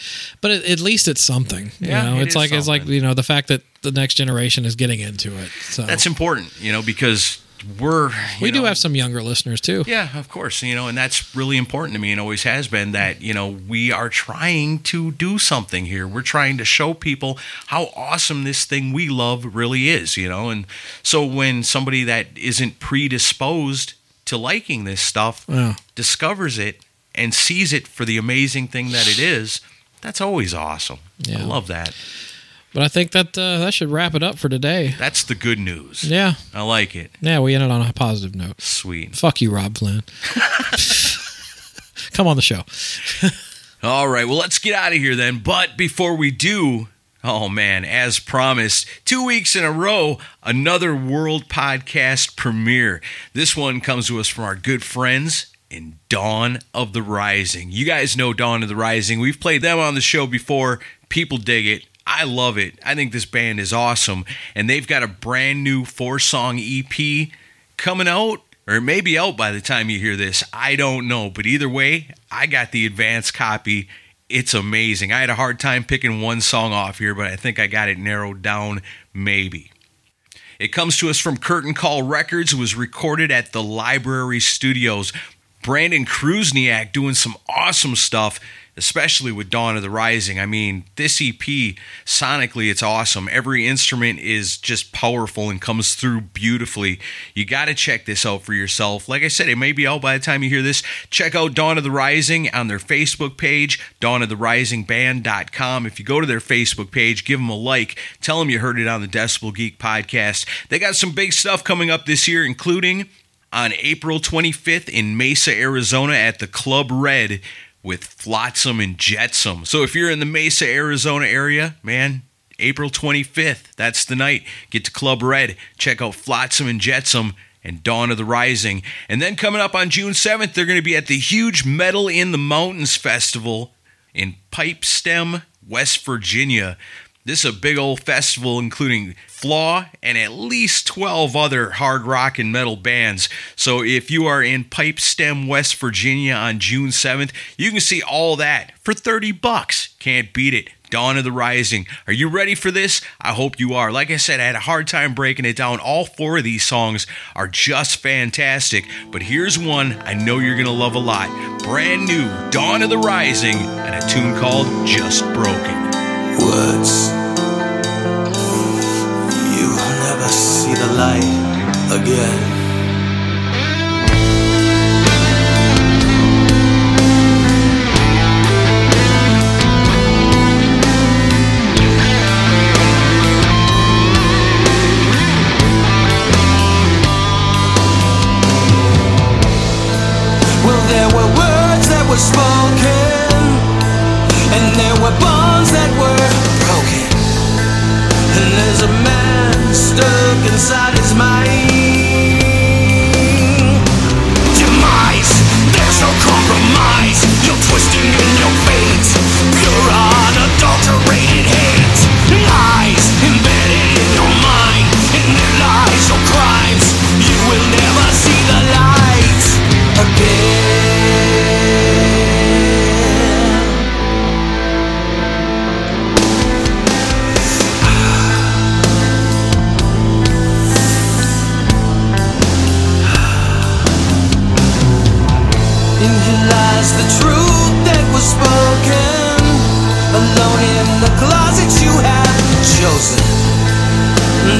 but at- at least it's something. You Yeah, know, it it's is like it's like something. you know the fact that the next generation is getting into it. So That's important, you know, because we're you Oh. we do know, have some younger listeners too. Yeah, of course. You know, and that's really important to me and always has been that, you know, we are trying to do something here. We're trying to show people how awesome this thing we love really is, you know. And so when somebody that isn't predisposed to liking this stuff Yeah. discovers it and sees it for the amazing thing that it is, that's always awesome. Yeah. I love that. But I think that uh, that should wrap it up for today. That's the good news. Yeah, I like it. yeah, we ended on a positive note. Sweet. Fuck you, [laughs] Rob Flynn. Come on the show. All right, well, let's get out of here then. But before we do, oh man, as promised, two weeks in a row, another World Podcast premiere. This one comes to us from our good friends in Dawn of the Rising. You guys know Dawn of the Rising. We've played them on the show before. People dig it. I love it. I think this band is awesome. And they've got a brand new E four song EP coming out, or it may be out by the time you hear this. I don't know. But either way, I got the advance copy. It's amazing. I had a hard time picking one song off here, but I think I got it narrowed down, maybe. It comes to us from Curtain Call Records. It was recorded at the Library Studios. Brandon Kruzniak doing some awesome stuff. especially with Dawn of the Rising. I mean, this EP, sonically, it's awesome. Every instrument is just powerful and comes through beautifully. You got to check this out for yourself. Like I said, it may be out by the time you hear this. Check out Dawn of the Rising on their Facebook page, dawnoftherisingband.com. If you go to their Facebook page, give them a like, tell them you heard it on the Decibel Geek podcast. They got some big stuff coming up this year, including on April 25th in Mesa, Arizona at the Club Red with Flotsam and Jetsam. So if you're in the Mesa, Arizona area, man, April 25th, that's the night. Get to Club Red, check out Flotsam and Jetsam and Dawn of the Rising. And then coming up on June 7th, they're going to be at the huge Metal in the Mountains Festival in Pipestem, West Virginia. This is a big old festival including Flaw and at least 12 other hard rock and metal bands. So if you are in Pipestem, West Virginia on June 7th, you can see all that for 30 bucks. Can't beat it. Dawn of the Rising. Are you ready for this? I hope you are. Like I said, I had a hard time breaking it down. All four of these songs are just fantastic, but here's one I know you're going to love a lot. Brand new Dawn of the Rising and a tune called Just Broken. words. You will never see the light again. Well, there were words that were spoken and there were bonds that were broken. And there's a man stuck inside his mind. Demise, there's no compromise. You're twisting in your fate. Pure unadulterated hate. Lies embedded in your mind. And there lies your crimes. You will never see the light again. In here lies the truth that was spoken. Alone in the closet you have chosen.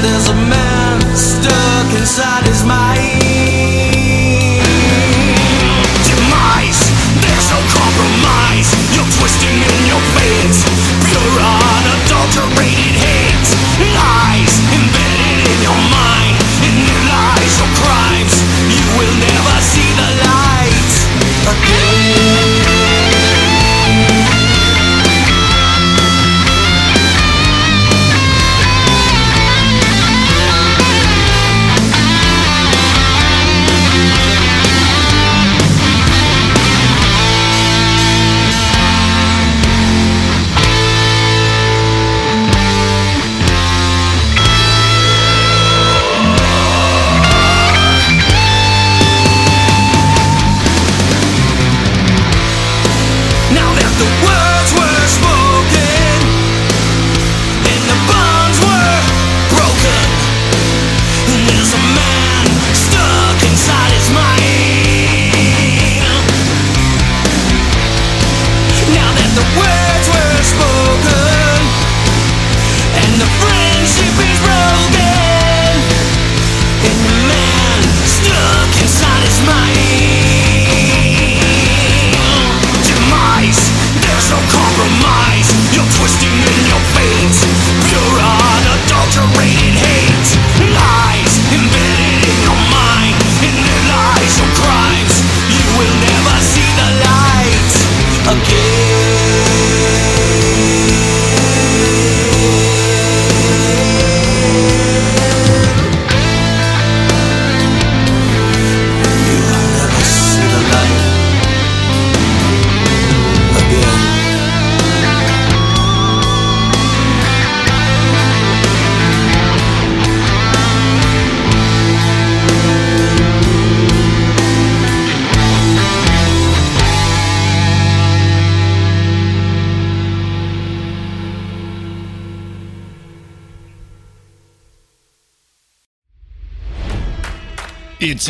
There's a man stuck inside his mind. Demise, there's no compromise. You're twisting in your fate. Pure unadulterated hate. Lies embedded in your mind. In your lies, your crimes. You will never see the light again. Now that the words were spoken and the bonds were broken, there's a man stuck inside his mind. Now that the words were spoken and the friendship is broken, and the man stuck inside his mind. Demise, there's no compromise. You're twisting in your fate. Pure unadulterated hate. Lies embedded in your mind. In their lies, your crimes. You will never see the light again. You will never see the light again. It's